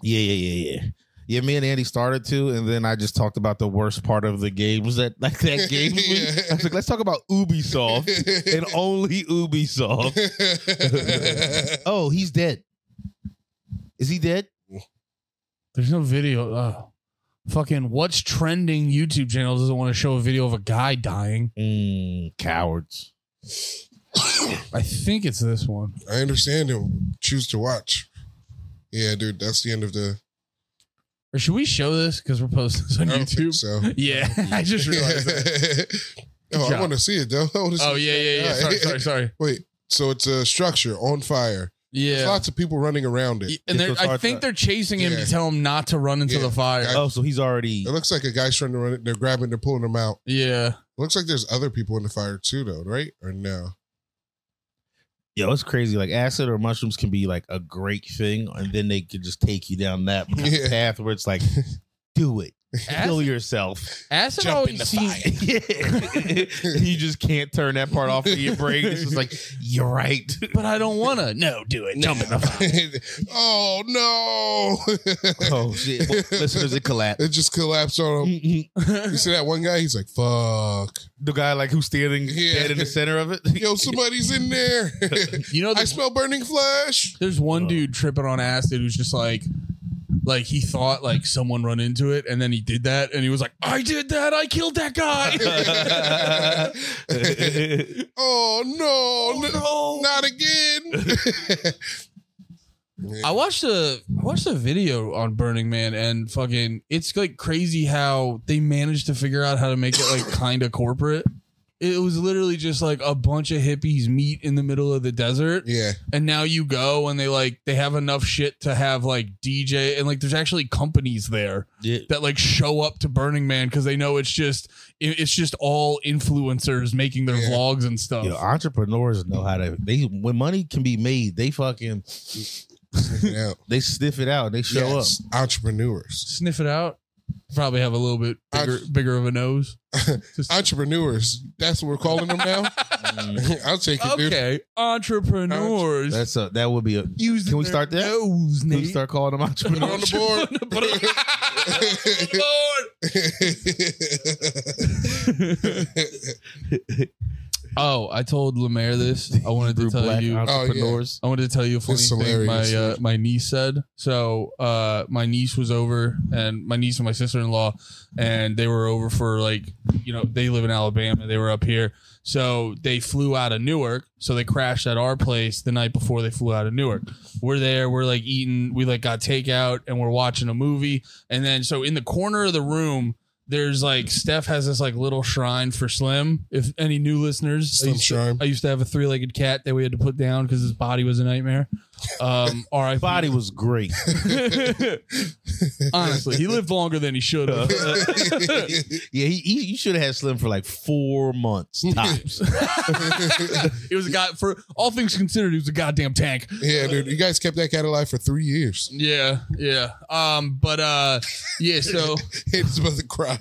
B: yeah, yeah, yeah, yeah. Yeah, me and Andy started to, and then I just talked about the worst part of the games that like that game. week.
A: Yeah.
B: I was like, let's talk about Ubisoft and only Ubisoft. Oh, he's dead. Is he dead?
C: There's no video. Oh. Fucking what's trending YouTube channel doesn't want to show a video of a guy dying.
B: Mm, cowards.
C: I think it's this one.
A: I understand him. Choose to watch. Yeah, dude, that's the end of the.
C: Or should we show this? Because we're posting this on
A: I don't think
C: YouTube.
A: so.
C: Yeah, I just realized that.
A: oh, I
C: job.
A: want to see it though. I wanna see
C: Oh
A: it.
C: yeah, yeah, yeah. Sorry, sorry, sorry.
A: Wait, so it's a structure on fire. There's
C: Yeah.
A: lots of people running around it.
C: And they're-
B: It's
C: I
B: hard
C: think
B: to-
C: they're chasing him
A: Yeah.
C: to tell him not to run into
A: Yeah.
C: the fire.
A: Yeah.
B: Oh, so he's already.
A: It looks like a guy's trying to run it. They're grabbing. They're pulling them out.
C: Yeah.
A: looks like there's other people in the fire too, though, right? Or no?
B: Yo, it's crazy. Like acid or mushrooms can be like a great thing, and then they could just take you down that
A: Yeah.
B: path where it's like, do it, kill
C: Acid,
B: yourself,
C: acid
A: Oh,
C: always seems
B: you just can't turn that part off of your brain. It's just like you're right.
C: but I don't wanna. No, do it. Jump in the fire.
A: oh no!
B: Oh shit, Well, listeners, it collapsed.
A: it just collapsed on him.
B: the
A: You see that one guy? He's like, "Fuck!
B: guy like who's standing
A: Yeah.
B: dead in the center of it.
A: Yo, somebody's in there!
C: you know
A: I
C: the
A: smell burning flesh!"
C: There's one
B: Oh.
C: dude tripping on acid who's just like, like he thought like someone run into it, and then he did that, and he was like, "I did that. I killed that guy."
A: oh no! n- Not again! Yeah.
C: I watched a I watched a video on Burning Man and fucking it's like crazy how they managed to figure out how to make it like kind of corporate. It was literally just like a bunch of hippies meet in the middle of the desert
A: yeah.
C: and now you go and they like they have enough shit to have like DJ and like there's actually companies there
B: Yeah.
C: that like show up to Burning Man cuz they know it's just it- it's just all influencers making their
A: Yeah.
C: vlogs and stuff.
B: Yo, entrepreneurs know how to they when money can be made, they fucking
A: Check it out.
B: they sniff it out and they show
A: Yes, Entrepreneurs.
C: Sniff it out. Probably have a little bit
A: I-
C: bigger, bigger of a nose. Just-
A: Entrepreneurs. That's what we're calling them now.
B: up. Mm,
A: I'll take it, dude.
C: okay, entrepreneurs.
B: That's a that would be a can
C: use
B: we
C: their
B: start that?
C: Nose,
B: we
C: Nate.
B: start calling them
A: Put it on
B: entrepreneurs.
A: the board.
C: Put it on the board. oh, I told Lemaire this. I wanted to
B: Group
C: tell
B: black
C: you. Oh,
B: entrepreneurs.
C: I wanted to tell you a funny
A: It's
C: thing
A: hilarious,
C: my uh,
A: dude.
C: my niece said. So uh, my niece was over, and my niece and my sister in law, and they were over for like you know they live in Alabama, they were up here, so they flew out of Newark, so they crashed at our place the night before they flew out of Newark. We're there, we're like eating, we like got takeout, and we're watching a movie, and then so in the corner of the room. There's like Steph has this like little shrine for Slim. If any new listeners, I
A: Slim
C: used to-
A: Shrine.
C: I used to have a three-legged cat that we had to put down because his body was a nightmare. Um, R.I.P.
B: Body was great.
C: Honestly, he lived longer than he should have.
B: Yeah, he, he you should have had Slim for like four months tops.
C: he was a guy for all things considered. He was a goddamn tank.
A: yeah, dude. You guys kept that cat alive for three years.
C: Yeah, yeah. Um, but uh, yeah. So,
A: It's about to cry.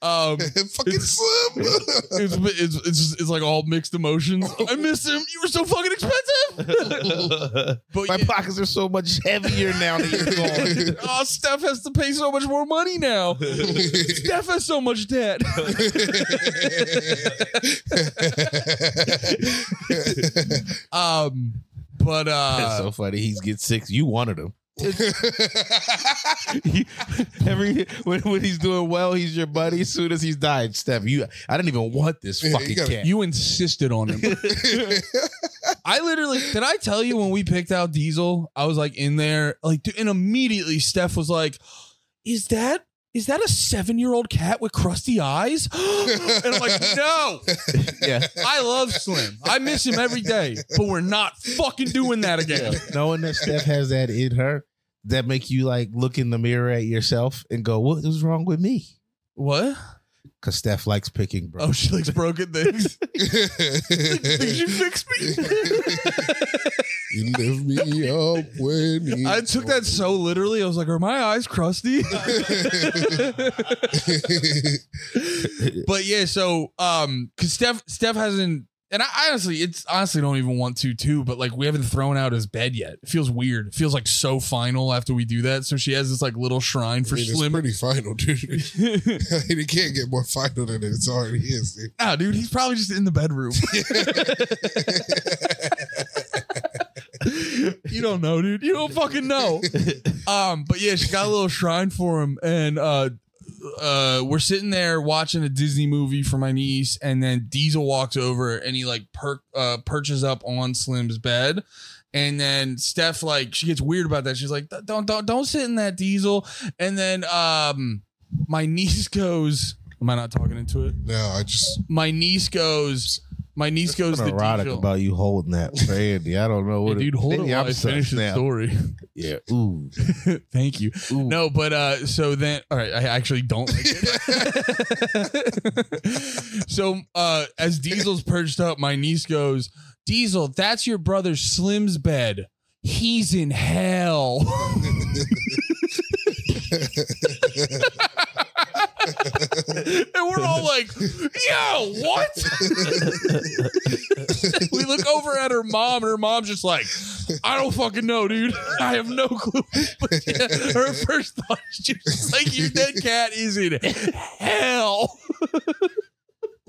C: um,
A: Fucking Slim.
C: it's, it's it's just- it's like all mixed emotions. I miss him. You were so fucking expensive. But
B: My
C: yeah,
B: pockets are so much heavier now that you're gone.
C: oh, Steph has to pay so much more money now. Steph has so much debt. Um, but
B: That's
C: uh,
B: so funny. He's get six. You wanted him. He- every when, when he's doing well, he's your buddy. As soon as he's dying, Steph, you I didn't even want this
A: Yeah, you
B: fucking
A: gotta-
B: cat.
C: you insisted on him. I literally did. I tell you when we picked out Diesel, I was like in there, like, dude, and immediately Steph was like, "Is that?" Is that a seven-year-old cat with crusty eyes? and I'm like, no,
B: yeah.
C: I love Slim. I miss him every day, but we're not fucking doing that again.
B: Knowing that Steph has that in her, that make you like look in the mirror at yourself and go, What is wrong with me?
C: What?
B: Cause Steph likes picking, bro.
C: Oh, she likes broken things. Did you fix me?
A: you lift me up when you
C: I took that so literally. I was like, "Are my eyes crusty?" but yeah, so um, cause Steph Steph hasn't, and I I honestly, it's honestly don't even want to too. But like, we haven't thrown out his bed yet. It feels weird. It feels like so final after we do that. So she has this like little shrine for
A: I mean,
C: Slim.
A: It's pretty final, dude. it can't get more final than it's already is. Dude.
C: nah, dude, he's probably just in the bedroom. you don't know, dude. You don't fucking know. Um, but yeah, she got a little shrine for him, and uh, uh, we're sitting there watching a Disney movie for my niece, and then Diesel walks over and he like perk uh, perches up on Slim's bed. And then Steph, like, she gets weird about that. She's like, "Don't, don't, don't sit in that Diesel." And then, um, my niece goes, "Am I not talking into it?"
A: No, I just
C: My niece goes, "My niece goes."
B: Something
C: The
B: erotic
C: Diesel.
B: about you holding that for Andy. I don't know
C: Hey,
B: what
C: dude, hold it
B: Maybe
C: while
B: I'm
C: I
B: so
C: finish the
B: snapped.
C: story.
B: Yeah. Ooh.
C: Thank you.
B: Ooh.
C: No, but uh, so then, all right, I actually don't like it. so, uh, as Diesel's perched up, my niece goes, Diesel, that's your brother Slim's bed. He's in hell. and we're all like, yo, what? we look over at her mom, and her mom's just like, I don't fucking know, dude. I have no clue. But yeah, her first thought is just like, your dead cat is in hell.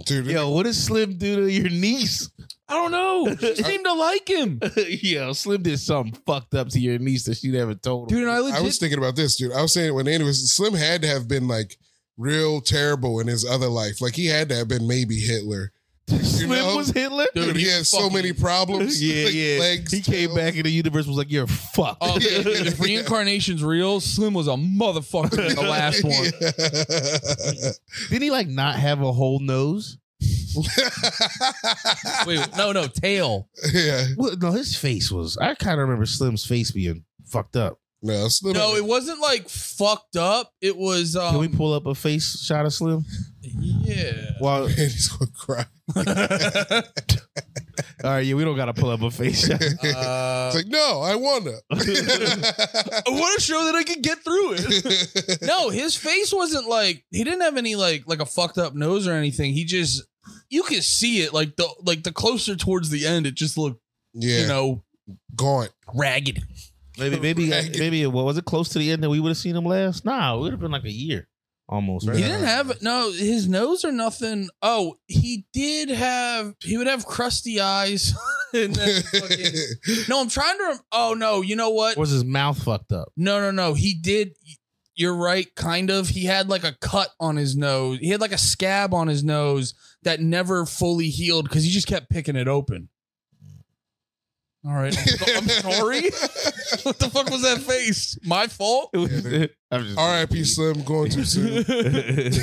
A: dude.
B: Yo, what does Slim do to your niece?
C: I don't know. She seemed to like him.
B: Yo, Slim did something fucked up to your niece that she never told him.
C: Dude, and I legit.
A: I was thinking about this, dude. I was saying when Andy was Slim had to have been like real terrible in his other life. Like he had to have been maybe Hitler
B: Slim
A: know?
B: was Hitler.
A: Dude, he, had so many problems.
B: yeah,
A: like
B: yeah.
A: Legs,
B: he came
A: tails.
B: back in the universe was like, "You're fucked."
C: Oh,
A: Yeah.
C: if reincarnation's real, Slim was a motherfucker in the last one.
B: Didn't he like not have a whole nose?
A: Yeah.
C: Wait, no, no, tail.
A: yeah.
B: Well, no, his face was. I kind of remember Slim's face being fucked up.
A: No, it's not-
C: No, it wasn't like fucked up. It was um,
B: Can we pull up a face shot of Slim?
C: yeah.
B: Well,
A: Man, he's gonna cry.
B: all right, yeah, we don't gotta pull up a face shot.
C: Uh,
A: it's like, no, I wanna.
C: I want to show that I could get through it. no, his face wasn't like he didn't have any like like a fucked up nose or anything. He just you could see it like the like the closer towards the end, it just looked
A: yeah,
C: you know
A: gaunt.
C: ragged.
B: Maybe, maybe,
A: Right.
B: maybe. What was it close to the end that we would have seen him last? Nah, it would have been like a year almost.
C: He
B: Right?
A: Yeah.
C: didn't have no his nose or nothing. Oh, he did have he would have crusty eyes. and then fucking, no, I'm trying to. Rem- oh no, you know what?
B: Was his mouth fucked up?
C: No, no, no. He did. You're right. Kind of. He had like a cut on his nose. He had like a scab on his nose that never fully healed because he just kept picking it open. All right. I'm, I'm sorry. what the fuck was that face? My fault.
B: I'm just-
A: R.I.P. Slim going too soon.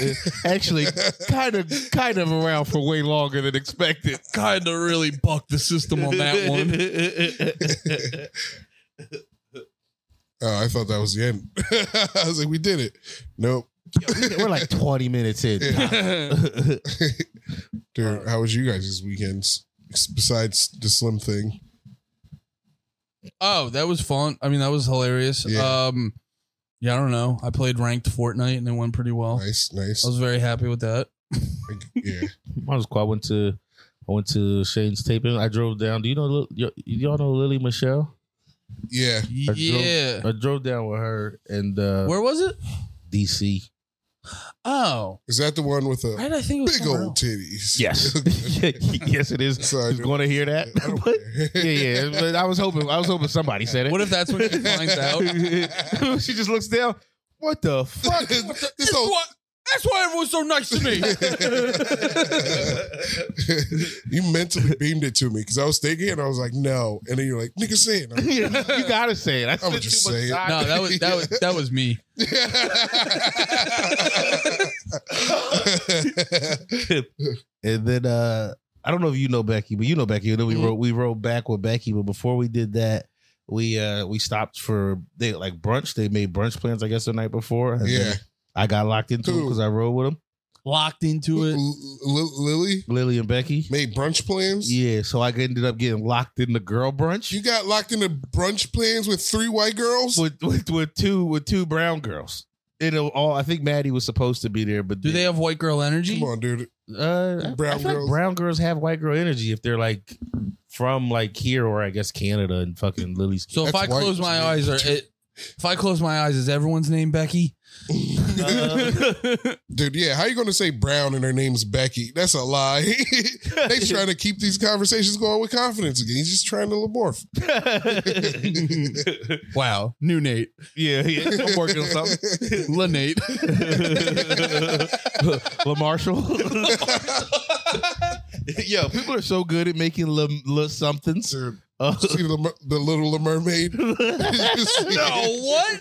B: Actually, kind of, kind of around for way longer than expected.
C: Kind of really bucked the system on that one.
B: one.
A: Oh, I thought that was the end. I was like, we did it. Nope.
B: We're like 20 minutes in.
C: uh,
A: Dude, how was you guys this weekend? Besides the Slim thing,
C: Oh, that was fun. I mean, that was hilarious.
A: Yeah.
C: Um, yeah, I don't know. I played ranked Fortnite and it went pretty well.
A: nice, nice.
C: I was very happy with Oh. that.
A: yeah,
B: Mine was cool. I went to, I went to Shane's taping. I drove down. Do you know? Lil- y- Y'all know Lily Michelle?
A: yeah.
B: drove-
C: Yeah.
B: I drove down with her and uh,
C: Where was it?
B: DC.
C: Oh,
A: Is that the one with
C: why
A: the
C: did I think it was
A: big
C: somewhere
A: old
C: else?
A: titties?
B: Yes, yes, it is.
A: Sorry,
B: He's
A: dude.
B: going to hear that.
A: I don't
B: But-
A: care.
B: yeah, yeah. But I was hoping. I was hoping somebody said it.
C: What if that's when she finds out?
B: she just looks down. What the fuck?
A: This whole-
C: that's why everyone's so nice to me.
A: you mentally beamed it to me because I was thinking and I was like, no. And then you're like, nigga, say it. And I'm like,
B: you gotta say it. I
A: I'ma
B: spent
A: just
B: too much
A: say it.
B: time-
C: no, that was that was that was me.
B: And then uh I don't know if you know Becky, but you know Becky. And then we
C: Mhm.
B: wrote we wrote back with Becky, but before we did that, we uh we stopped for they like brunch. They made brunch plans, I guess, the night before. And
A: yeah.
B: then I got locked into
A: Who?
B: because I rode with them,
C: Locked into it.
A: L- L- Lily
B: Lily and Becky.
A: made brunch plans.
B: Yeah, so I ended up getting locked in the girl brunch
A: You got locked into brunch plans with three white girls?
B: with with, with two with two brown girls. And it all I think Maddie was supposed to be there, but
C: Do they have white girl energy?
A: Come on, dude.
B: Uh, I-
A: Brown
B: I feel like
A: girls.
B: brown girls have white girl energy if they're like from like here or I guess Canada and fucking Lily's.
C: So if
A: That's
C: I close
A: white.
C: my eyes, or it, if I close my eyes, is everyone's name Becky? uh,
A: Dude, yeah. How you going to say Brown and her name's Becky? That's a lie. they trying to keep these conversations going with confidence again. He's just trying to LaMorph.
C: Wow, new Nate,
B: yeah, yeah, I'm working on something.
C: La Nate.
B: LaMarshall. Yo, people are so good at making La, La somethings.
A: Dude,
B: Uh,
A: see the, mer- the little La Mermaid?
C: no, what?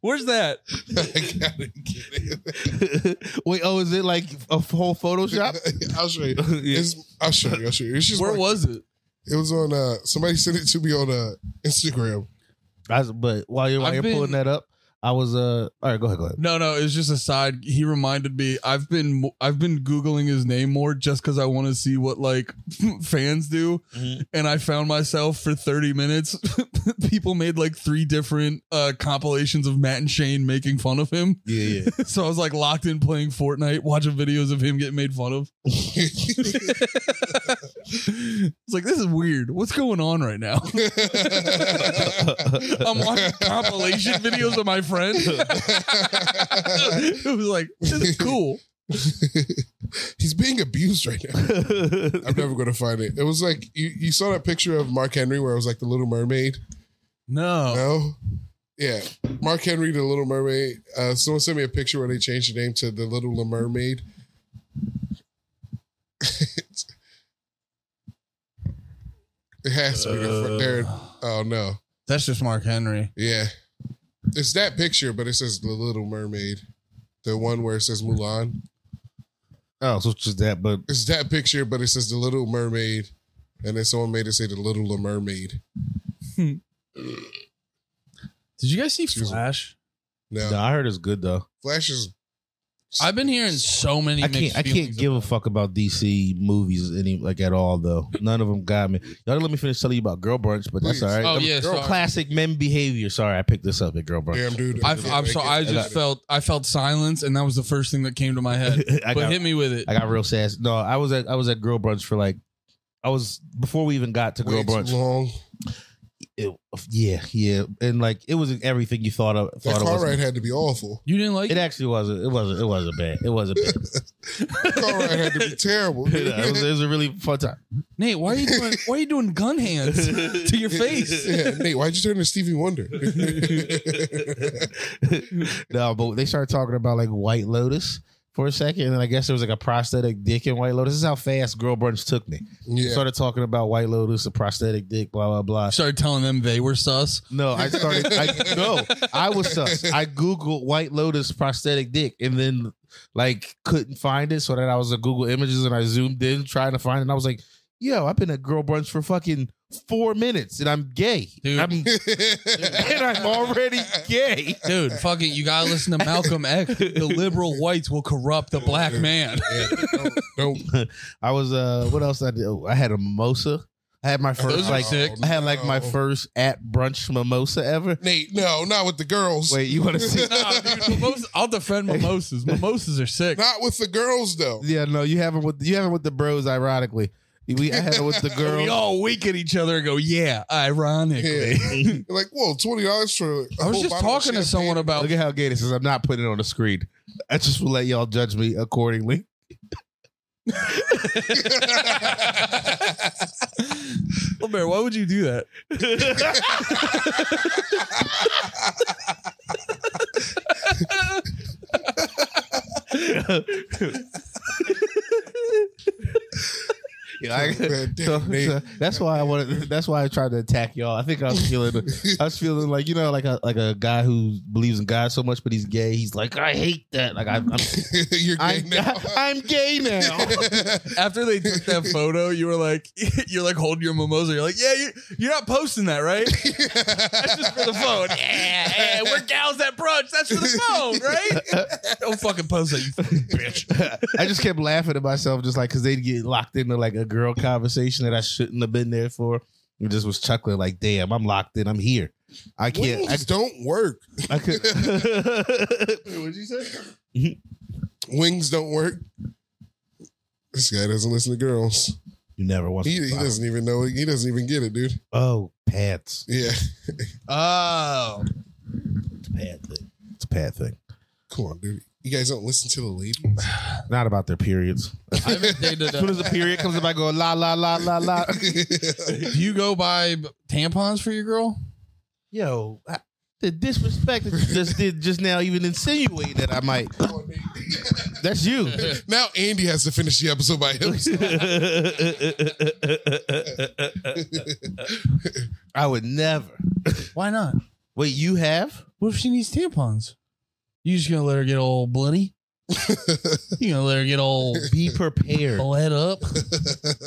C: Where's that?
A: I gotta get it.
B: Wait, oh, is it like a whole Photoshop?
A: I'll show you.
B: Yeah.
A: It's, I'll show you. I'll show you. It's just
C: Where
A: like-
C: was it?
A: it was on uh somebody sent it to me on uh Instagram.
B: I was- but while you're, while
C: I've
B: you're
C: been-
B: pulling that up, I was uh. All right, go ahead, go ahead.
C: No, no, it was just a side. He reminded me. I've been mo- I've been googling his name more just because I want to see what like fans do,
B: Mhm.
C: and I found myself for thirty minutes. people made like three different uh, compilations of Matt and Shane making fun of him.
B: Yeah, yeah.
C: so I was like locked in playing Fortnite, watching videos of him getting made fun of. it's like this is weird. What's going on right now? I'm watching compilation videos of my friend. it was like this is cool.
A: He's being abused right now. I'm never gonna find it. It was like you, you saw that picture of Mark Henry where it was like the Little Mermaid.
C: No.
A: No, yeah, Mark Henry, the Little Mermaid. Uh, someone sent me a picture where they changed the name to the Little La Mermaid. It has to be the front there.
C: Uh,
A: Oh no.
C: That's just Mark Henry.
A: Yeah. It's that picture, but it says The Little Mermaid. The one where it says Mulan.
B: Oh, so it's just that, but
A: It's that picture, but it says The Little Mermaid. And then someone made it say The Little La Mermaid.
C: Did you guys see
A: Excuse me.
C: Flash?
A: No.
B: no, I heard it's good though.
A: Flash is
C: I've been hearing so many.
B: I can't.
C: mixed
B: I can't
C: feelings
B: give a
C: about it.
B: fuck about DC movies any like at all though. None of them got me. Y'all didn't let me finish telling you about Girl Brunch, but that's
A: Please.
B: all right.
C: Oh
B: Um,
C: yeah,
A: girl
C: sorry.
B: Classic men behavior. Sorry, I picked this up at Girl Brunch.
A: damn dude.
C: I've, I'm sorry. I just felt I felt silence, and that was the first thing that came to my head.
B: I
C: but
B: got,
C: hit me with it.
B: I got real sass. No, I was at I was at Girl Brunch for like I was before we even got to Girl
A: Way too
B: Brunch.
A: long.
B: It- yeah, yeah, and like it was everything you thought of.
A: That
B: Thought it
A: car
B: was.
A: ride had to be awful.
C: you didn't like
B: It
C: it.
B: actually wasn't. It wasn't. It wasn't bad. It wasn't bad.
A: That car ride had to be terrible.
B: it, was, it was a really fun time.
C: Nate, why are you doing? Why are you doing gun hands to your face?
A: yeah, Nate, why'd you turn to Stevie Wonder?
B: no, but they started talking about like White Lotus for a second, and I guess there was like a prosthetic dick in White Lotus. This is how fast Girl Brunch took me.
A: yeah.
B: Started talking about White Lotus, a prosthetic dick, blah blah blah.
C: Started telling them they were sus.
B: No, I started. I, no, I was sus. I googled White Lotus prosthetic dick, and then like couldn't find it. So then I was at Google Images, and I zoomed in trying to find it. And I was like, "Yo, I've been at Girl Brunch for fucking four minutes, and I'm gay.
C: Dude.
B: I'm and I'm already gay."
C: Dude, fuck it. You gotta listen to Malcolm X. The liberal whites will corrupt the black man.
A: Yeah, don't- don't
B: I was uh what else I did? Oh, I had a mimosa. I had my first
C: Oh, Those are
B: like
C: sick.
B: I had like my
A: no.
B: first at brunch mimosa ever.
A: Nate, no, not with the girls.
B: Wait, you want to see?
C: Nah, dude, mimosas- I'll defend mimosas. Mimosas are sick.
A: Not with the girls though.
B: yeah, no, you haven't with you haven't with the bros. Ironically, we I had it with the
C: We
B: girls.
C: all wink at each other and go, yeah, ironically.
A: Yeah. like, whoa, twenty dollars for. a
C: I was
A: whole
C: just
A: bottle of
C: talking
A: champagne?
C: to someone about
B: Look at how gay this is. I'm not putting it on the screen. I just will let y'all judge me accordingly.
C: Well, Bear, why would you do that?
B: Yeah, I-
A: Man, damn,
B: so-
A: Nate.
B: so that's why I wanted. That's why I tried to attack y'all. I think I was feeling. I was feeling like you know, like a like a guy who believes in God so much, but he's gay. He's like, I hate that. Like I, I'm,
A: You're gay
B: I'm,
A: now.
B: I'm gay now.
C: After they took that photo, you were like, you're like holding your mimosa. You're like, yeah, you're, you're not posting that, right? That's just for the phone. Yeah, yeah, we're gals at brunch. That's for the phone, right? Don't fucking post that, you fucking bitch.
B: I just kept laughing at myself, just like because they'd get locked into like a girl conversation that I shouldn't have been there for. And just was chuckling like, damn, I'm locked in. I'm here. I can't. I,
A: Wings don't work.
B: I could.
A: What'd you say? Wings don't work. This guy doesn't listen to girls.
B: you never want.
A: He, he doesn't even know. He doesn't even get it, dude.
B: Oh, pants.
A: Yeah.
C: Oh.
B: It's a bad thing. It's a bad thing.
A: Come on, dude. You guys don't listen to the ladies.
B: Not about their periods. As
C: I haven't dated
B: soon as the
C: a-
B: period comes up, I go la la la la
C: Uh,
B: la.
C: Do you go buy b- tampons for your girl?
B: Yo, I, the disrespect that you just did just now even insinuated that I might.
A: Come on, Nate.
B: That's you.
A: now Andy has to finish the episode by himself.
B: I would never.
C: Why not?
B: Wait, you have?
C: What if she needs tampons? You just gonna let her get all bloody? You gonna let her get all
B: Be prepared.
C: bled up?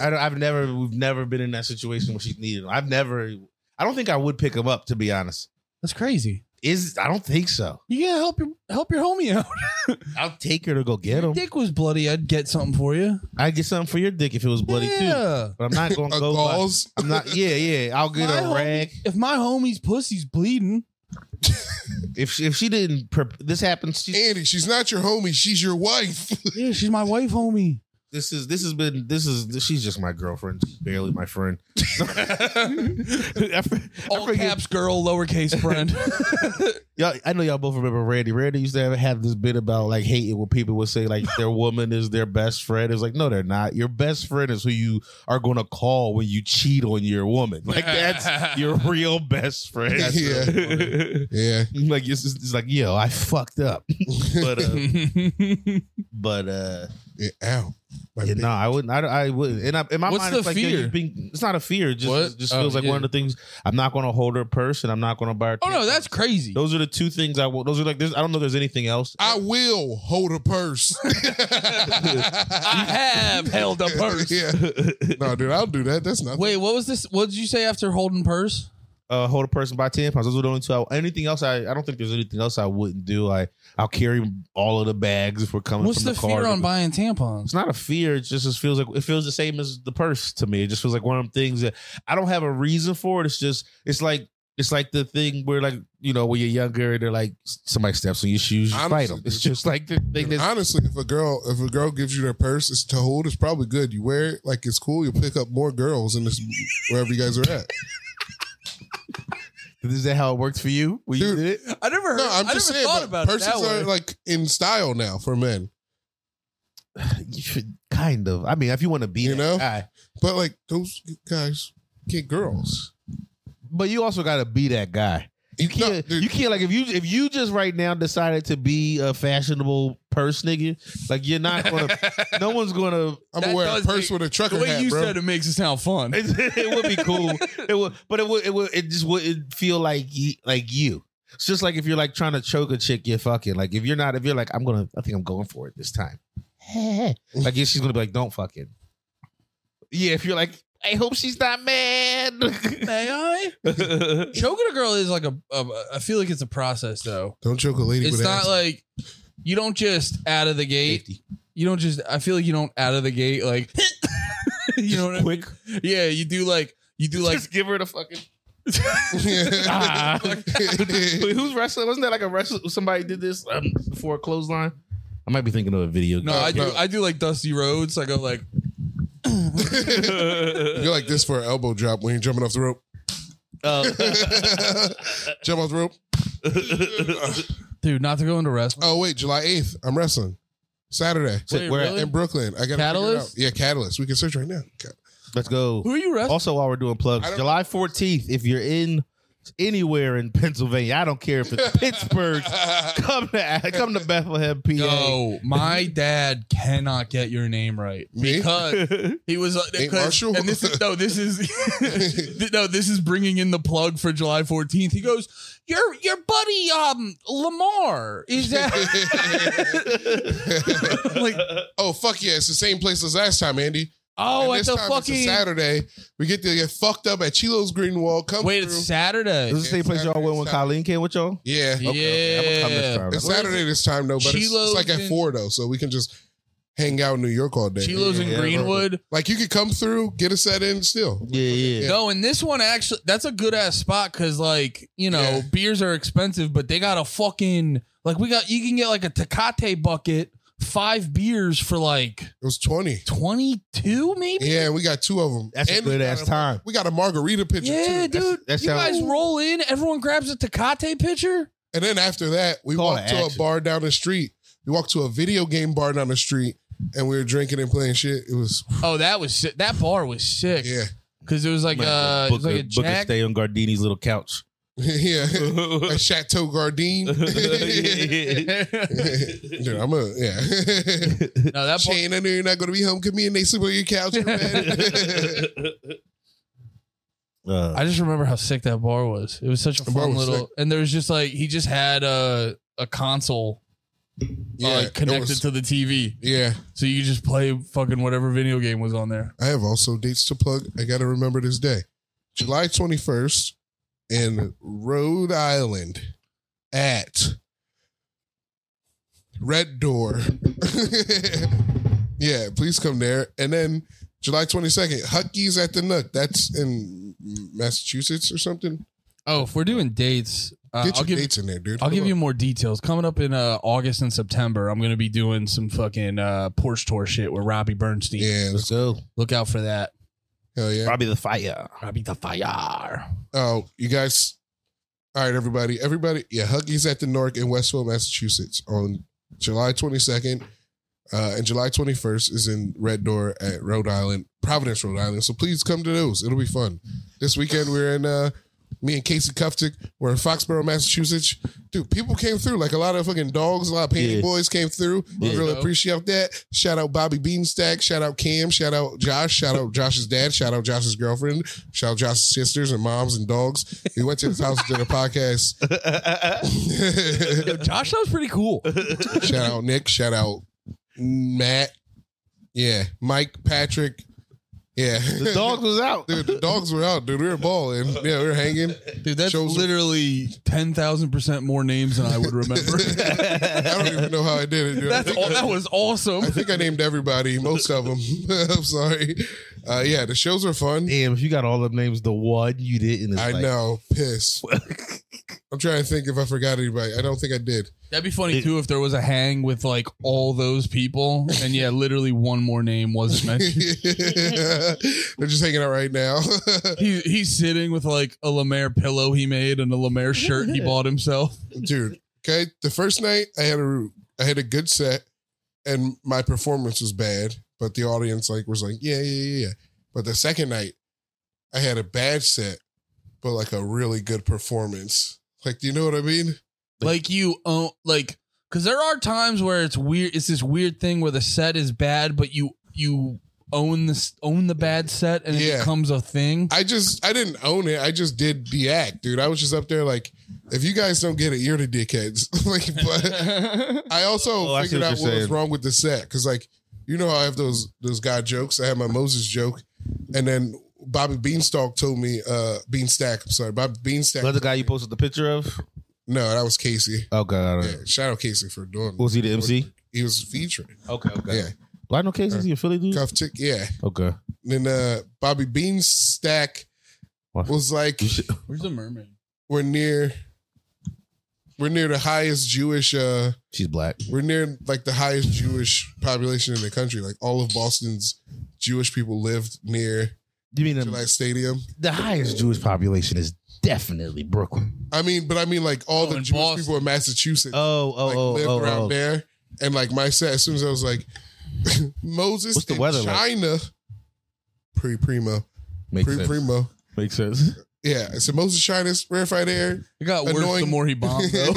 B: I don't, I've never, we've never been in that situation where she's needed. 'em. I've never. I don't think I would pick him up to be honest.
C: That's crazy.
B: Is I don't think so.
C: You gotta help your help your homie out.
B: I'll take her to go get him.
C: Dick was bloody. I'd get something for you.
B: I'd get something for your dick if it was bloody too.
C: yeah.
B: But I'm not going to
A: A
B: go. By,
A: gauze.
B: I'm not. Yeah, yeah. I'll get
C: My
B: a
C: homie-
B: rag.
C: If my homie's pussy's bleeding,
B: If she, if she didn't, prep, this happens. She,
A: Andy, she's not your homie. She's your wife.
C: yeah, she's my wife, homie.
B: this is this has been this is she's just my girlfriend. She's barely my friend. I, fr- I
C: All
B: forget-
C: caps, girl, lowercase friend.
B: Y'all, I know y'all both remember Randy. Randy used to have, have this bit about like hating when people would say like their woman is their best friend. It's like no, they're not. Your best friend is who you are going to call when you cheat on your woman. Like that's your real best friend.
A: That's really Yeah.
B: like it's, just- it's like yo, I fucked up. but uh, but uh,
A: it out. My
B: Yeah,
A: big-
B: no, I wouldn't. I, I wouldn't. And I, in my
C: What's
B: mind, it's
C: the
B: like yeah,
C: fear?
B: you're being- it's not a fear. It just
C: What?
B: it just
C: Oh,
B: feels like
C: yeah.
B: one of the things. I'm not going to hold her purse, and I'm not going to buy her.
C: Oh no,
B: tampons.
C: that's crazy.
B: those are the two things I will. Those are like. There's, I don't know. if There's anything else.
A: I will hold a purse.
C: I have held a purse.
A: yeah. No, dude, I'll do that. That's nothing.
C: Wait, what was this? What did you say after holding purse?
B: uh, hold a person by tampons. Those are the only two. I, anything else? I, I don't think there's anything else I wouldn't do. I I'll carry all of the bags if we're coming.
C: What's
B: from
C: the,
B: the, car
C: fear
B: to
C: on
B: the-
C: buying tampons?
B: It's not a fear. It just, just feels like it feels the same as the purse to me. It just feels like one of them things that I don't have a reason for it. It's just it's like it's like the thing where like you know when you're younger and they're like somebody steps on your shoes, you
A: Honestly,
B: fight them.
A: dude.
B: It's just like the thing that's
A: Honestly, if a girl if a girl gives you their purse, it's to hold. It's probably good. You wear it like it's cool. You will pick up more girls in this wherever you guys are at.
B: is that how it worked for you? When
A: Dude.
B: you did it?
C: I never heard.
A: No, I'm
C: I
A: just
C: never
A: saying.
C: thought
A: but
C: about it
A: purses
C: that way.
A: are like in style now for men,
B: You should kind of. I mean, if you want to be,
A: You
B: that
A: know?
B: guy.
A: but like those guys get girls.
B: but you also got to be that guy. You
A: No,
B: can't.
A: dude,
B: you can't. Like if you if you just right now decided to be a fashionable purse nigga, like you're not gonna. no one's gonna.
A: I'm gonna
C: that
A: wear a
C: does
A: purse
C: make-
A: with a trucker
C: the way
A: hat,
C: you
A: bro.
C: said it makes it sound fun.
B: It, it would be cool. It would, but it would. It would. It just wouldn't feel like you, like you. It's just like if you're like trying to choke a chick, you're fucking. Like if you're not, if you're like, I'm gonna. I think I'm going for it this time. like if she's gonna be like, don't fucking. Yeah, if you're like, I hope she's not mad.
C: May I? Choking a girl is like a, a. I feel like it's a process though.
A: Don't choke a lady.
C: It's
A: with
C: not
A: ass.
C: like you don't just out of the gate. You don't just. I feel like you don't out of the gate like. you know what I mean?
B: quick.
C: Yeah, you do like you do like
B: just give her the fucking. Ah.
A: Yeah.
B: Wait, who's wrestling? Wasn't that like a wrestler? Somebody did this um, before a clothesline. I might be thinking of a video.
C: no,
A: Oh,
C: I do
A: no.
C: I do like Dusty Roads. I go like
A: you go like this for an elbow drop when you're jumping off the rope.
B: Uh,
C: Oh.
A: Jump off the rope.
C: dude, not to go into wrestling.
A: Oh wait, July eighth. I'm wrestling Saturday
B: so
C: Wait,
B: we're-
C: really?
A: in Brooklyn. I got
C: Catalyst?
A: Yeah, Catalyst. We can search right now. Ca-
B: Let's go.
C: Who are you wrestling?
B: Also, while we're doing
A: I
B: plugs,
A: don't-
B: July 14th, if you're in anywhere in Pennsylvania, I don't care if it's Pittsburgh, come to come to Bethlehem, PA.
C: No, my dad cannot get your name right
A: Me?
C: because he was uh,
A: Ain't
C: because-
A: Marshall?
C: and this is no, this is no, this is bringing in the plug for July 14th. He goes, your your buddy um Lamar is that like
A: oh fuck yeah! It's the same place as last time, Andy.
C: oh
A: And
C: at
A: this
C: the
A: time it's a
C: fucking
A: Saturday. We get to get fucked up at Chilo's Green Wall. Come
C: wait,
A: through.
C: it's Saturday.
B: This is the same place y'all went when Colleen came with y'all.
A: yeah.
C: Yeah,
B: okay, I'm gonna come this time.
A: It's Saturday this time though, but it's, it's
C: Chilo's
A: like at
C: in-
A: four though, so we can just hang out in New York all day.
C: Chilo's in
B: Yeah, yeah,
C: Greenwood.
A: Like you could come through, get a set in still.
B: Yeah, yeah.
C: No, and this one actually, that's a good ass spot because, like, you know,
A: Yeah.
C: beers are expensive, but they got a fucking, like, we got, you can get like a Tecate bucket, five beers for like
A: It was twenty.
C: 22, maybe?
A: Yeah, and we got two of them.
B: That's
A: and
B: a good
A: we
B: ass
A: got a-
B: time.
A: We got a margarita pitcher
C: Yeah,
A: too.
C: dude.
B: that
C: you
B: sounds-
C: guys roll in, everyone grabs a Tecate pitcher.
A: And then after that, we
B: Call
A: walked
B: to
A: to a
B: action.
A: bar down the street. We walked to a video game bar down the street, and we were drinking and playing shit. It was
C: Oh, that was sick. That bar was sick.
A: yeah,
C: Because it was like, uh, it
B: book,
C: was like
B: a,
C: a
B: book a
C: Jack.
B: stay on Gardini's little couch.
A: yeah. At Chateau Gardine. Dude, I'm a yeah.
C: No, that bar,
A: Shane, I know you're not gonna be home. Come here and they sleep on your couch. in bed.
B: Uh,
C: I just remember how sick that bar was. It was such a
A: The bar
C: fun
A: was
C: little,
A: sick.
C: and there was just like, he just had a, a console
A: yeah,
C: uh,
A: it
C: connected
A: was-
C: to the TV.
A: yeah.
C: So you could just play fucking whatever video game was on there.
A: I have also dates to plug. I gotta remember this day, July 21st in Rhode Island at Red Door. yeah, please come there. And then July 22nd, Hucky's at the Nook. That's in Massachusetts or something.
C: Oh, if we're doing dates, uh,
A: Get
C: I'll
A: your
C: give
A: dates in there, dude.
C: I'll
A: Come
C: give
A: on.
C: you more details. Coming up in uh, August and September, I'm gonna be doing some fucking uh, porch tour shit with Robbie Bernstein.
A: Yeah,
B: let's go.
C: Look out for that.
A: hell yeah.
B: Probably the fire.
C: Robbie the fire.
A: Oh, you guys. All right, everybody. Everybody. Yeah, Huggies at the Nork in Westfield, Massachusetts on July 22nd. Uh, and July 21st is in Red Door at Rhode Island, Providence, Rhode Island. So please come to those. It'll be fun. This weekend, we're in uh, Me and Casey Kuftik were in Foxborough, Massachusetts. Dude, people came through. Like a lot of fucking dogs, a lot of panty
B: Yeah.
A: boys came through. We
B: Yeah.
A: really appreciate that. Shout out Bobby Beanstack. Shout out Cam. Shout out Josh. Shout out Josh's dad. Shout out Josh's girlfriend. Shout out Josh's sisters and moms and dogs. We went to his house and did a podcast.
C: Yo, Josh sounds pretty cool.
A: Shout out Nick. Shout out Matt. Yeah, Mike, Patrick. Yeah,
B: the dog was out.
A: dude, the dogs were out, dude. We were balling. Yeah, we were hanging.
C: Dude, that's
A: Shows-
C: literally 10,000% more names than I would remember.
A: I don't even know how I did it. Dude.
C: that's
A: I, think,
C: all, that was awesome.
A: I think I named everybody, most of them. I'm sorry. Uh, yeah, the shows were fun.
B: Damn, if you got all them names, the one you didn't. is
A: I
B: like-
A: know. Piss. I'm trying to think if I forgot anybody. I don't think I did.
C: That'd be funny too if there was a hang with like all those people, and yeah, literally one more name wasn't mentioned.
A: They're just hanging out right now.
C: He, he's sitting with like a Lemaire pillow he made and a Lemaire shirt he bought himself.
A: dude. Okay, the first night I had a I had a good set, and my performance was bad, but the audience like was like, yeah, yeah, yeah. yeah. But the second night, I had a bad set, but like a really good performance. Like, do you know what I mean?
C: Like you own like because there are times where it's weird. It's this weird thing where the set is bad, but you you own this own the bad set and it
A: Yeah.
C: becomes a thing.
A: I just I didn't own it. I just did the act, dude. I was just up there like, if you guys don't get it, you're the dickheads. like, but I also
B: Oh, I see
A: figured
B: what
A: out
B: you're
A: what was
B: saying.
A: wrong with the set because, like, you know, how I have those those guy jokes. I had my Moses joke, and then Bobby Beanstalk told me, uh, Beanstack. I'm sorry, Bobby Beanstack.
B: Another guy you posted the picture of?
A: no, that was Casey.
B: Oh God, I
A: Yeah,
B: don't know.
A: shout out Casey for doing.
B: was he the MC?
A: He was featuring.
B: Okay, okay.
A: Yeah,
B: Well, I know Casey's he a Philly dude.
A: cuff tick. Yeah,
B: Okay,
A: and then uh, Bobby Beanstack
B: What?
A: was like,
B: you should,
C: Where's the mermaid?
A: we're near, we're near the highest Jewish. uh
B: she's black.
A: we're near like the highest Jewish population in the country. Like all of Boston's Jewish people lived near
B: You mean
A: Gillette Stadium.
B: the highest Jewish population is definitely Brooklyn.
A: I mean, but I mean like all
C: Oh,
A: the
C: in
A: Jewish
C: Boston.
A: people in Massachusetts
B: Oh, oh,
A: like
B: oh,
A: lived
B: oh,
A: around
B: oh.
A: there. And like my set, as soon as I was like Moses
B: What's the
A: in
B: weather like?
A: China, pre primo,
B: Makes
A: pre
B: sense.
A: primo.
B: Makes sense.
A: Yeah, I said Moses China's rarefied air.
C: It got worse
A: Annoying.
C: the more he bombed though.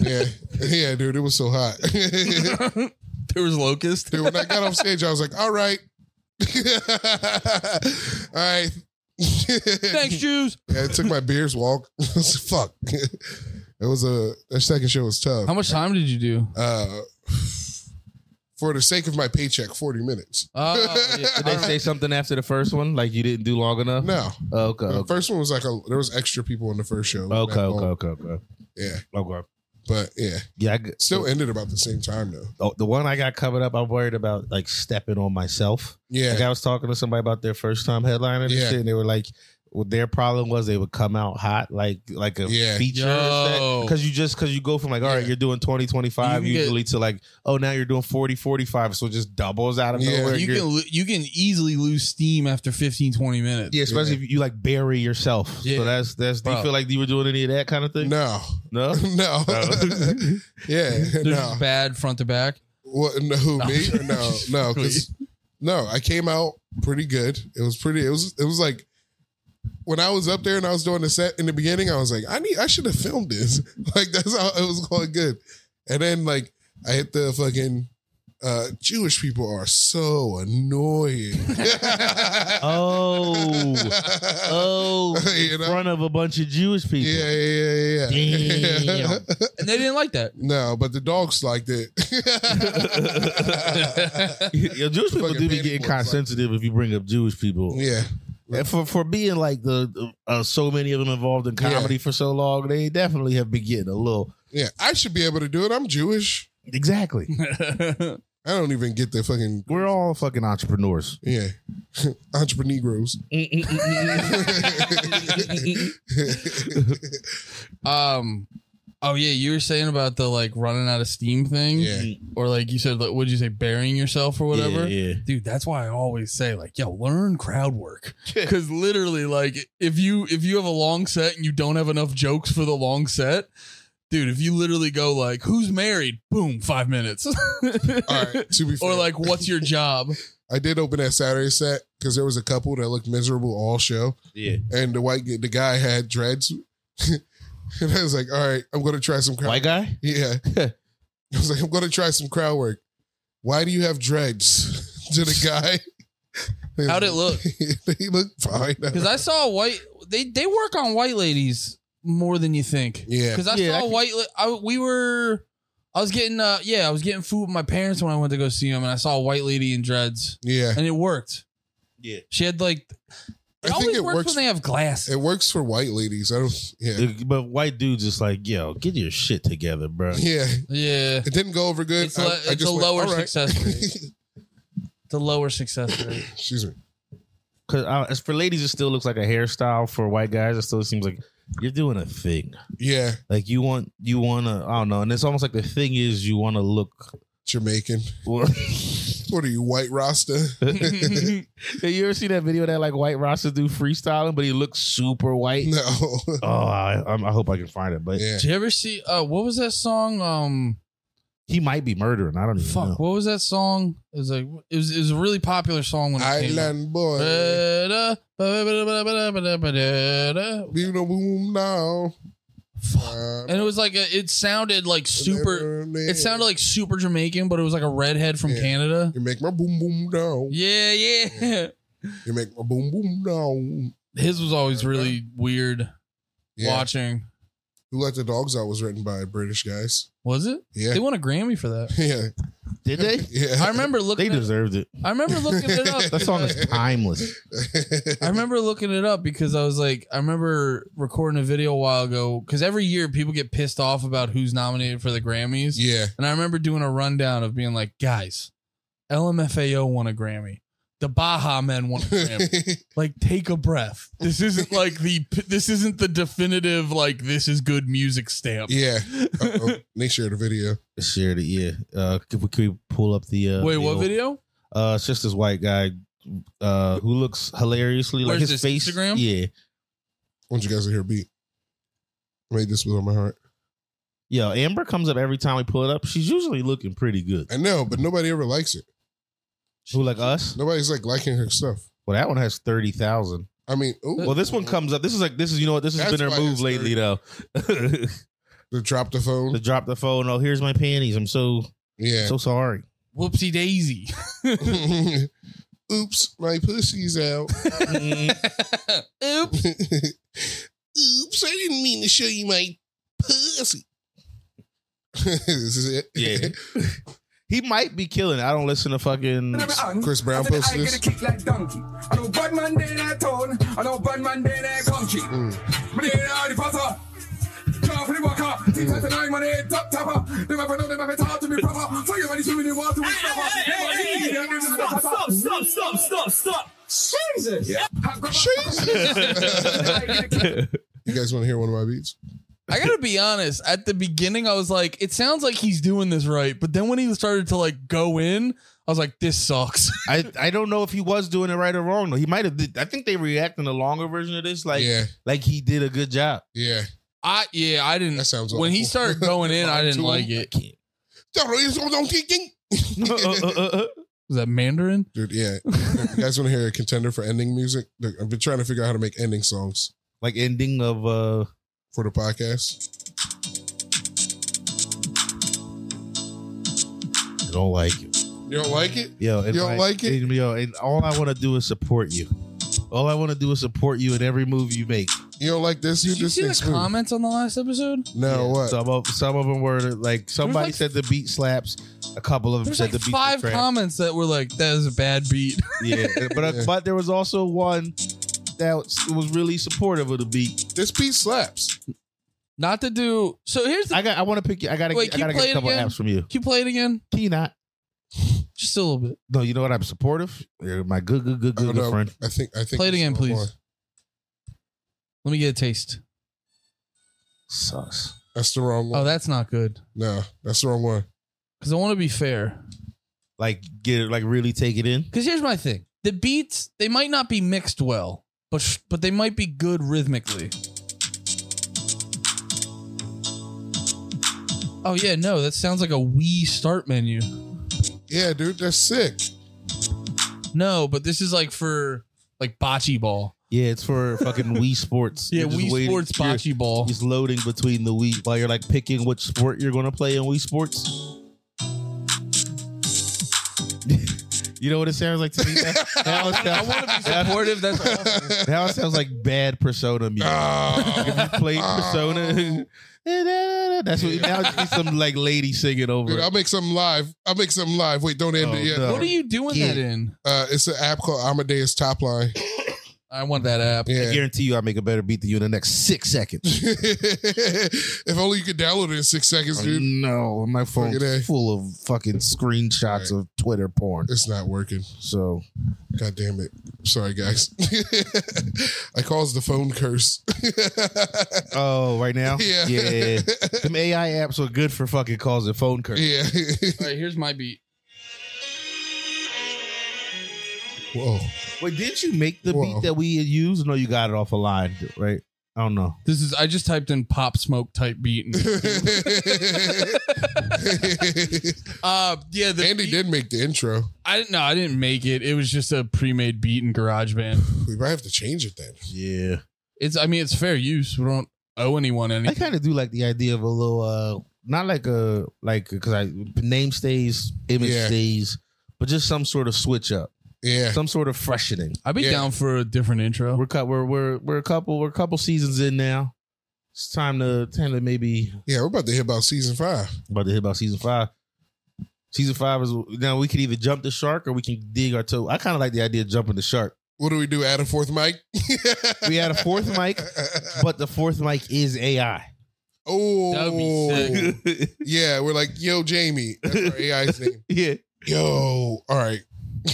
A: Yeah, yeah, dude, it was so hot. dude,
C: there was locust.
A: when I got off stage, I was like, all right, all right.
C: Thanks, Jews.
A: Yeah, it took my beers walk. Fuck. it was a that second show was tough.
C: How much time did you do?
A: Uh, for the sake of my paycheck, forty minutes.
C: Oh, yeah.
B: Did they say something after the first one? Like you didn't do long enough?
A: No,
B: Oh, okay.
A: the
B: Okay.
A: first one was like a there was extra people in the first show.
B: Okay, okay, okay, okay.
A: Yeah,
B: Okay.
A: but yeah,
B: Yeah, I, g-
A: still ended about the same time though.
B: oh, the one I got covered up, I'm worried about like stepping on myself. Like
A: Yeah,
B: I was talking to somebody about their first time headlining and
A: Yeah.
B: shit, and they were like, well, their problem was they would come out hot, like like a
A: Yeah.
B: feature
C: Yo.
B: because you just because you go from like all right,
A: Yeah.
B: you're doing 20, 25
C: You can get-
B: usually to like oh now you're doing 40, 45, so it just doubles out of
A: Yeah.
B: nowhere.
C: you
B: You're-
C: can lo- you can easily lose steam after 15, 20 minutes.
B: yeah, especially if you like bury yourself.
C: Yeah.
B: So that's that's. Do you
C: Bro.
B: feel like you were doing any of that kind of thing?
A: no,
B: No.
A: no,
B: No.
A: yeah,
C: They're
A: no.
C: just bad front to back.
A: What? No, who,
C: No.
A: me? Or No, no, 'cause- no. I came out pretty good. It was pretty. It was. It was like when I was up there and I was doing the set in the beginning. I was like, I need. I should have filmed this. Like that's how it was going good. And then like I hit the fucking. Uh, Jewish people are so annoying.
B: Oh. Oh,
A: You
B: in
A: know?
B: front of a bunch of Jewish people.
A: yeah, yeah, yeah, yeah. yeah.
B: Damn.
C: And they didn't like that.
A: no, but the dogs liked it.
B: Yo, Jewish people
A: Fucking
B: do be
A: Manny
B: getting
A: Boy's
B: kind
A: like-
B: of sensitive if you bring up Jewish people.
A: yeah.
B: And for for being like the uh, so many of them involved in comedy for so long, they definitely have been getting a little
A: Yeah, I should be able to do it. I'm Jewish.
B: exactly.
A: I don't even get the fucking
B: We're all fucking entrepreneurs.
A: yeah, entrepreneurs.
C: um, oh yeah, you were saying about the like running out of steam thing,
A: yeah,
C: or like you said, like, what'd you say, burying yourself or whatever.
B: Yeah,
C: dude that's why i always say like yo learn crowd work because literally like if you if you have a long set and you don't have enough jokes for the long set dude if you literally go like who's married boom five minutes
A: all right. To be fair,
C: or like what's your job
A: I did open that Saturday set because there was a couple that looked miserable all show,
B: Yeah.
A: and the white the guy had dreads, and I was like, all right, I'm gonna try some crowd.
B: White guy?
A: yeah, I was like, I'm gonna try some crowd work. Why do you have dreads? to the guy.
C: How'd it look?
A: he looked fine.
C: Because I saw a white. They they work on white ladies more than you think.
A: yeah,
C: Because I
B: Yeah, I
C: saw a
B: could-
C: white. la- I we were. I was getting uh yeah I was getting food with my parents when I went to go see them and I saw a white lady in dreads
A: yeah.
C: and it worked.
B: Yeah.
C: She had like.
A: I
C: It always
A: think it
C: works,
A: works.
C: when they have glass.
A: It works for white ladies. I don't. Yeah,
B: But white dudes just like, yo, get your shit together, bro.
A: yeah.
C: yeah.
A: It didn't go over good.
C: It's, le-
A: I- I
C: it's a
A: just went,
C: lower
A: "All right."
C: success rate. It's a lower success rate.
A: Excuse me.
B: Cause uh, as for ladies, it still looks like a hairstyle. For white guys, it still seems like you're doing a thing.
A: Yeah,
B: Like you want, you want to, I don't know. And it's almost like the thing is you want to look.
A: Jamaican. What are you, white Rasta?
B: Have you ever seen that video that like white Rasta do freestyling, but he looks super white?
A: No.
B: Oh, I, I'm- I hope I can find it, but
A: yeah.
C: Did you ever see uh what was that song? Um
B: he might be murdering. I don't even
C: fuck,
B: know.
C: what was that song? It was like it was, it was a really popular song when it came out. Uh,
A: Island boy.
C: Ba-da, ba-ba-ba-ba-ba-ba-ba-da, ba-da.
A: Leave no boom now.
C: Fuck. And it was like a, it sounded like super it sounded like super Jamaican, but it was like a redhead from
A: Yeah.
C: Canada.
A: You make my boom boom down.
C: Yeah, yeah.
A: You make my boom boom down.
C: His was always really weird
A: Yeah.
C: watching.
A: Who Let the Dogs Out was written by British guys.
C: Was it?
A: Yeah.
C: They won a Grammy for that.
A: Yeah.
B: Did they?
A: Yeah.
C: I remember
B: They
C: looking at-
B: deserved it.
C: I remember looking it up.
B: That song is timeless.
C: I remember looking it up because I was like, I remember recording a video a while ago because every year people get pissed off about who's nominated for the Grammys.
A: yeah.
C: And I remember doing a rundown of being like, guys, LMFAO won a Grammy. The Baja Men won a Grammy. like, take a breath. This isn't like the, this isn't the definitive, like, this is good music stamp.
A: yeah. Uh-oh. They shared a video.
B: Shared it, yeah. Uh, could, we, could we pull up the uh,
C: Wait, what
B: video?
C: video?
B: Uh, it's just this white guy uh, who looks hilariously like
C: Where's
B: his
C: this,
B: face.
C: Instagram?
B: Yeah,
A: want you guys to hear a beat. I made this with on my heart.
B: yo, Amber comes up every time we pull it up. She's usually looking pretty good.
A: I know, but nobody ever likes it.
B: Who like us?
A: Nobody's like liking her stuff.
B: Well, that one has thirty thousand.
A: I mean, ooh,
B: Well, this one comes up. This is like this is you know what this has
A: That's
B: been
A: why
B: her move
A: it's
B: lately though. to
A: the drop the phone.
B: drop the phone. Oh, here's my panties. I'm so
A: Yeah.
B: so sorry.
C: Whoopsie daisy.
A: Oops, my pussy's out.
C: Oops.
A: Oops, I didn't mean to show you my pussy. this is it.
B: Yeah. he might be killing. it. I don't listen to fucking.
A: Chris Brown
D: I said,
A: posted
D: I
A: this.
D: get a kick like donkey. I know bad man day in that town. I know bad man day in that country.
A: Mm.
D: Me day in all the butter. Jaw for the walker. Three times a nine, man, eight top tapper. Them have a know, them have a talk to me proper. So you man, you the water with proper. Them a lead, them a lead, them a lead, proper.
E: stop, stop, stop, stop. Jesus.
D: I go- I get a kick
A: You guys want to hear one of my beats?
C: I gotta be honest. At the beginning, I was like, it sounds like he's doing this right. But then when he started to like go in, I was like, this sucks.
B: I I don't know if he was doing it right or wrong though. He might have. did- I think they react in the longer version of this like
A: yeah,
B: like he did a good job.
A: yeah.
C: I yeah, I didn't.
A: That sounds
C: when he
A: awful.
C: started going in, I didn't like it. Was that Mandarin?
A: Dude, yeah. you guys want to hear a contender for ending music? Look, I've been trying to figure out how to make ending songs
B: like ending of uh
A: for the podcast.
B: I don't like it.
A: You don't like it?
B: Yo, and
A: You don't
B: my-
A: like it?
B: and, yo, and all I want to do is support you. All I want to do is support you in every move you make.
A: You don't like this? You
C: Did you
A: just
C: see
A: think
C: the
A: smooth.
C: comments on the last episode?
A: No,
B: Yeah.
A: what?
B: Some of some of them were like somebody
C: like-
B: said the beat slaps. A couple of them
C: There's
B: said
C: like
B: the beat
C: five comments that were like, "That is a bad beat."
B: Yeah, but uh,
A: Yeah.
B: but there was also one that was- was really supportive of the beat.
A: This beat slaps.
C: Not to do. So here's the.
B: I got. I want to pick. you. I got. to I
C: Wait, can you
B: got to
C: play
B: get
C: it
B: a couple
C: again?
B: apps from you.
C: Can you play it again?
B: Can you not?
C: Just a little bit.
B: No, you know what? I'm supportive. You're my good, good, good,
A: Oh,
B: good,
A: no.
B: good friend.
A: I think. I think.
C: Play it
A: this
C: again,
A: is one
C: please.
A: more.
C: Let me get a taste.
B: Sus.
A: That's the wrong one.
C: Oh, that's not good.
A: no, that's the wrong one.
C: Because I want to be fair.
B: Like get it. Like really take it in.
C: Because here's my thing: the beats they might not be mixed well, but sh- but they might be good rhythmically. Oh yeah, no, that sounds like a Wii start menu.
A: Yeah, dude, that's sick.
C: No, but this is like for like bocce ball.
B: Yeah, it's for fucking Wii Sports.
C: Yeah,
B: You're just
C: Wii
B: waiting-
C: Sports
B: you're-
C: bocce ball.
B: It's loading between the Wii while you're like picking which sport you're gonna play in Wii Sports. you know what it sounds like to me? Now it sounds, now,
C: Supportive. That's awesome.
B: now it sounds like bad persona music.
A: Ah.
B: if you play persona, that's what now it's just some like lady singing over.
A: Oh. Dude, I'll
B: it.
A: make something live. I'll make something live. Wait, don't end
B: Oh,
A: it yet.
B: no.
C: What are you doing that in?
A: Uh, it's an app called Amadeus Top Line.
C: I want that app.
B: I
A: Yeah.
B: guarantee you, I make a better beat than you in the next six seconds.
A: if only you could download it in six
B: Oh,
A: seconds, dude.
B: No, my phone's
A: Fucking A.
B: full of fucking screenshots of Twitter porn.
A: It's not working.
B: So
A: God damn it. Sorry, guys. I caused the phone curse.
B: Oh, right now?
A: Yeah.
B: Yeah. Them AI apps are good for fucking causing phone curse.
A: yeah.
C: All right, here's my beat.
A: Whoa.
B: Wait, didn't you make the
A: Whoa.
B: beat that we used? No, you got it off a line, right? I don't know.
C: This is I just typed in pop smoke type beat. And, uh, yeah, the
A: Andy
C: beat-
A: did make the intro.
C: I didn't. No, I didn't make it. It was just a pre-made beat in GarageBand.
A: We might have to change it then.
B: Yeah.
C: It's. I mean, it's fair use. We don't owe anyone
B: I
C: anything.
B: kind of do like the idea of a little, uh not like a, like, because I, name stays, image
A: Yeah.
B: stays, but just some sort of switch up,
A: Yeah.
B: some sort of freshening.
C: I'd be
A: Yeah.
C: down for a different intro.
B: We're, cou- we're, we're, we're a couple, we're a couple seasons in now. It's time to, time to maybe
A: Yeah, we're about to hit about season five.
B: about to hit about season five. Season five is now we can either jump the shark or we can dig our toe. I kind of like the idea of jumping the shark.
A: What do we do? Add a fourth mic?
B: We had a fourth mic, but the fourth mic is AI.
A: Oh,
C: That'd be
A: yeah. We're like, yo, Jamie. That's our AI's name.
B: yeah,
A: Yo, all right.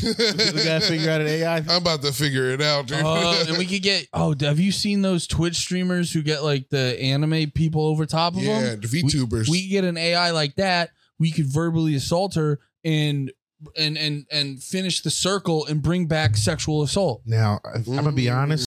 B: we gotta figure out an AI.
A: I'm about to figure it out, dude.
C: Uh, and we could get. Oh, have you seen those Twitch streamers who get like the anime people over top of
A: yeah,
C: them?
A: the VTubers.
C: We could get an AI like that. We could verbally assault her and and and and finish the circle and bring back sexual assault.
B: Now I- I'm gonna be honest.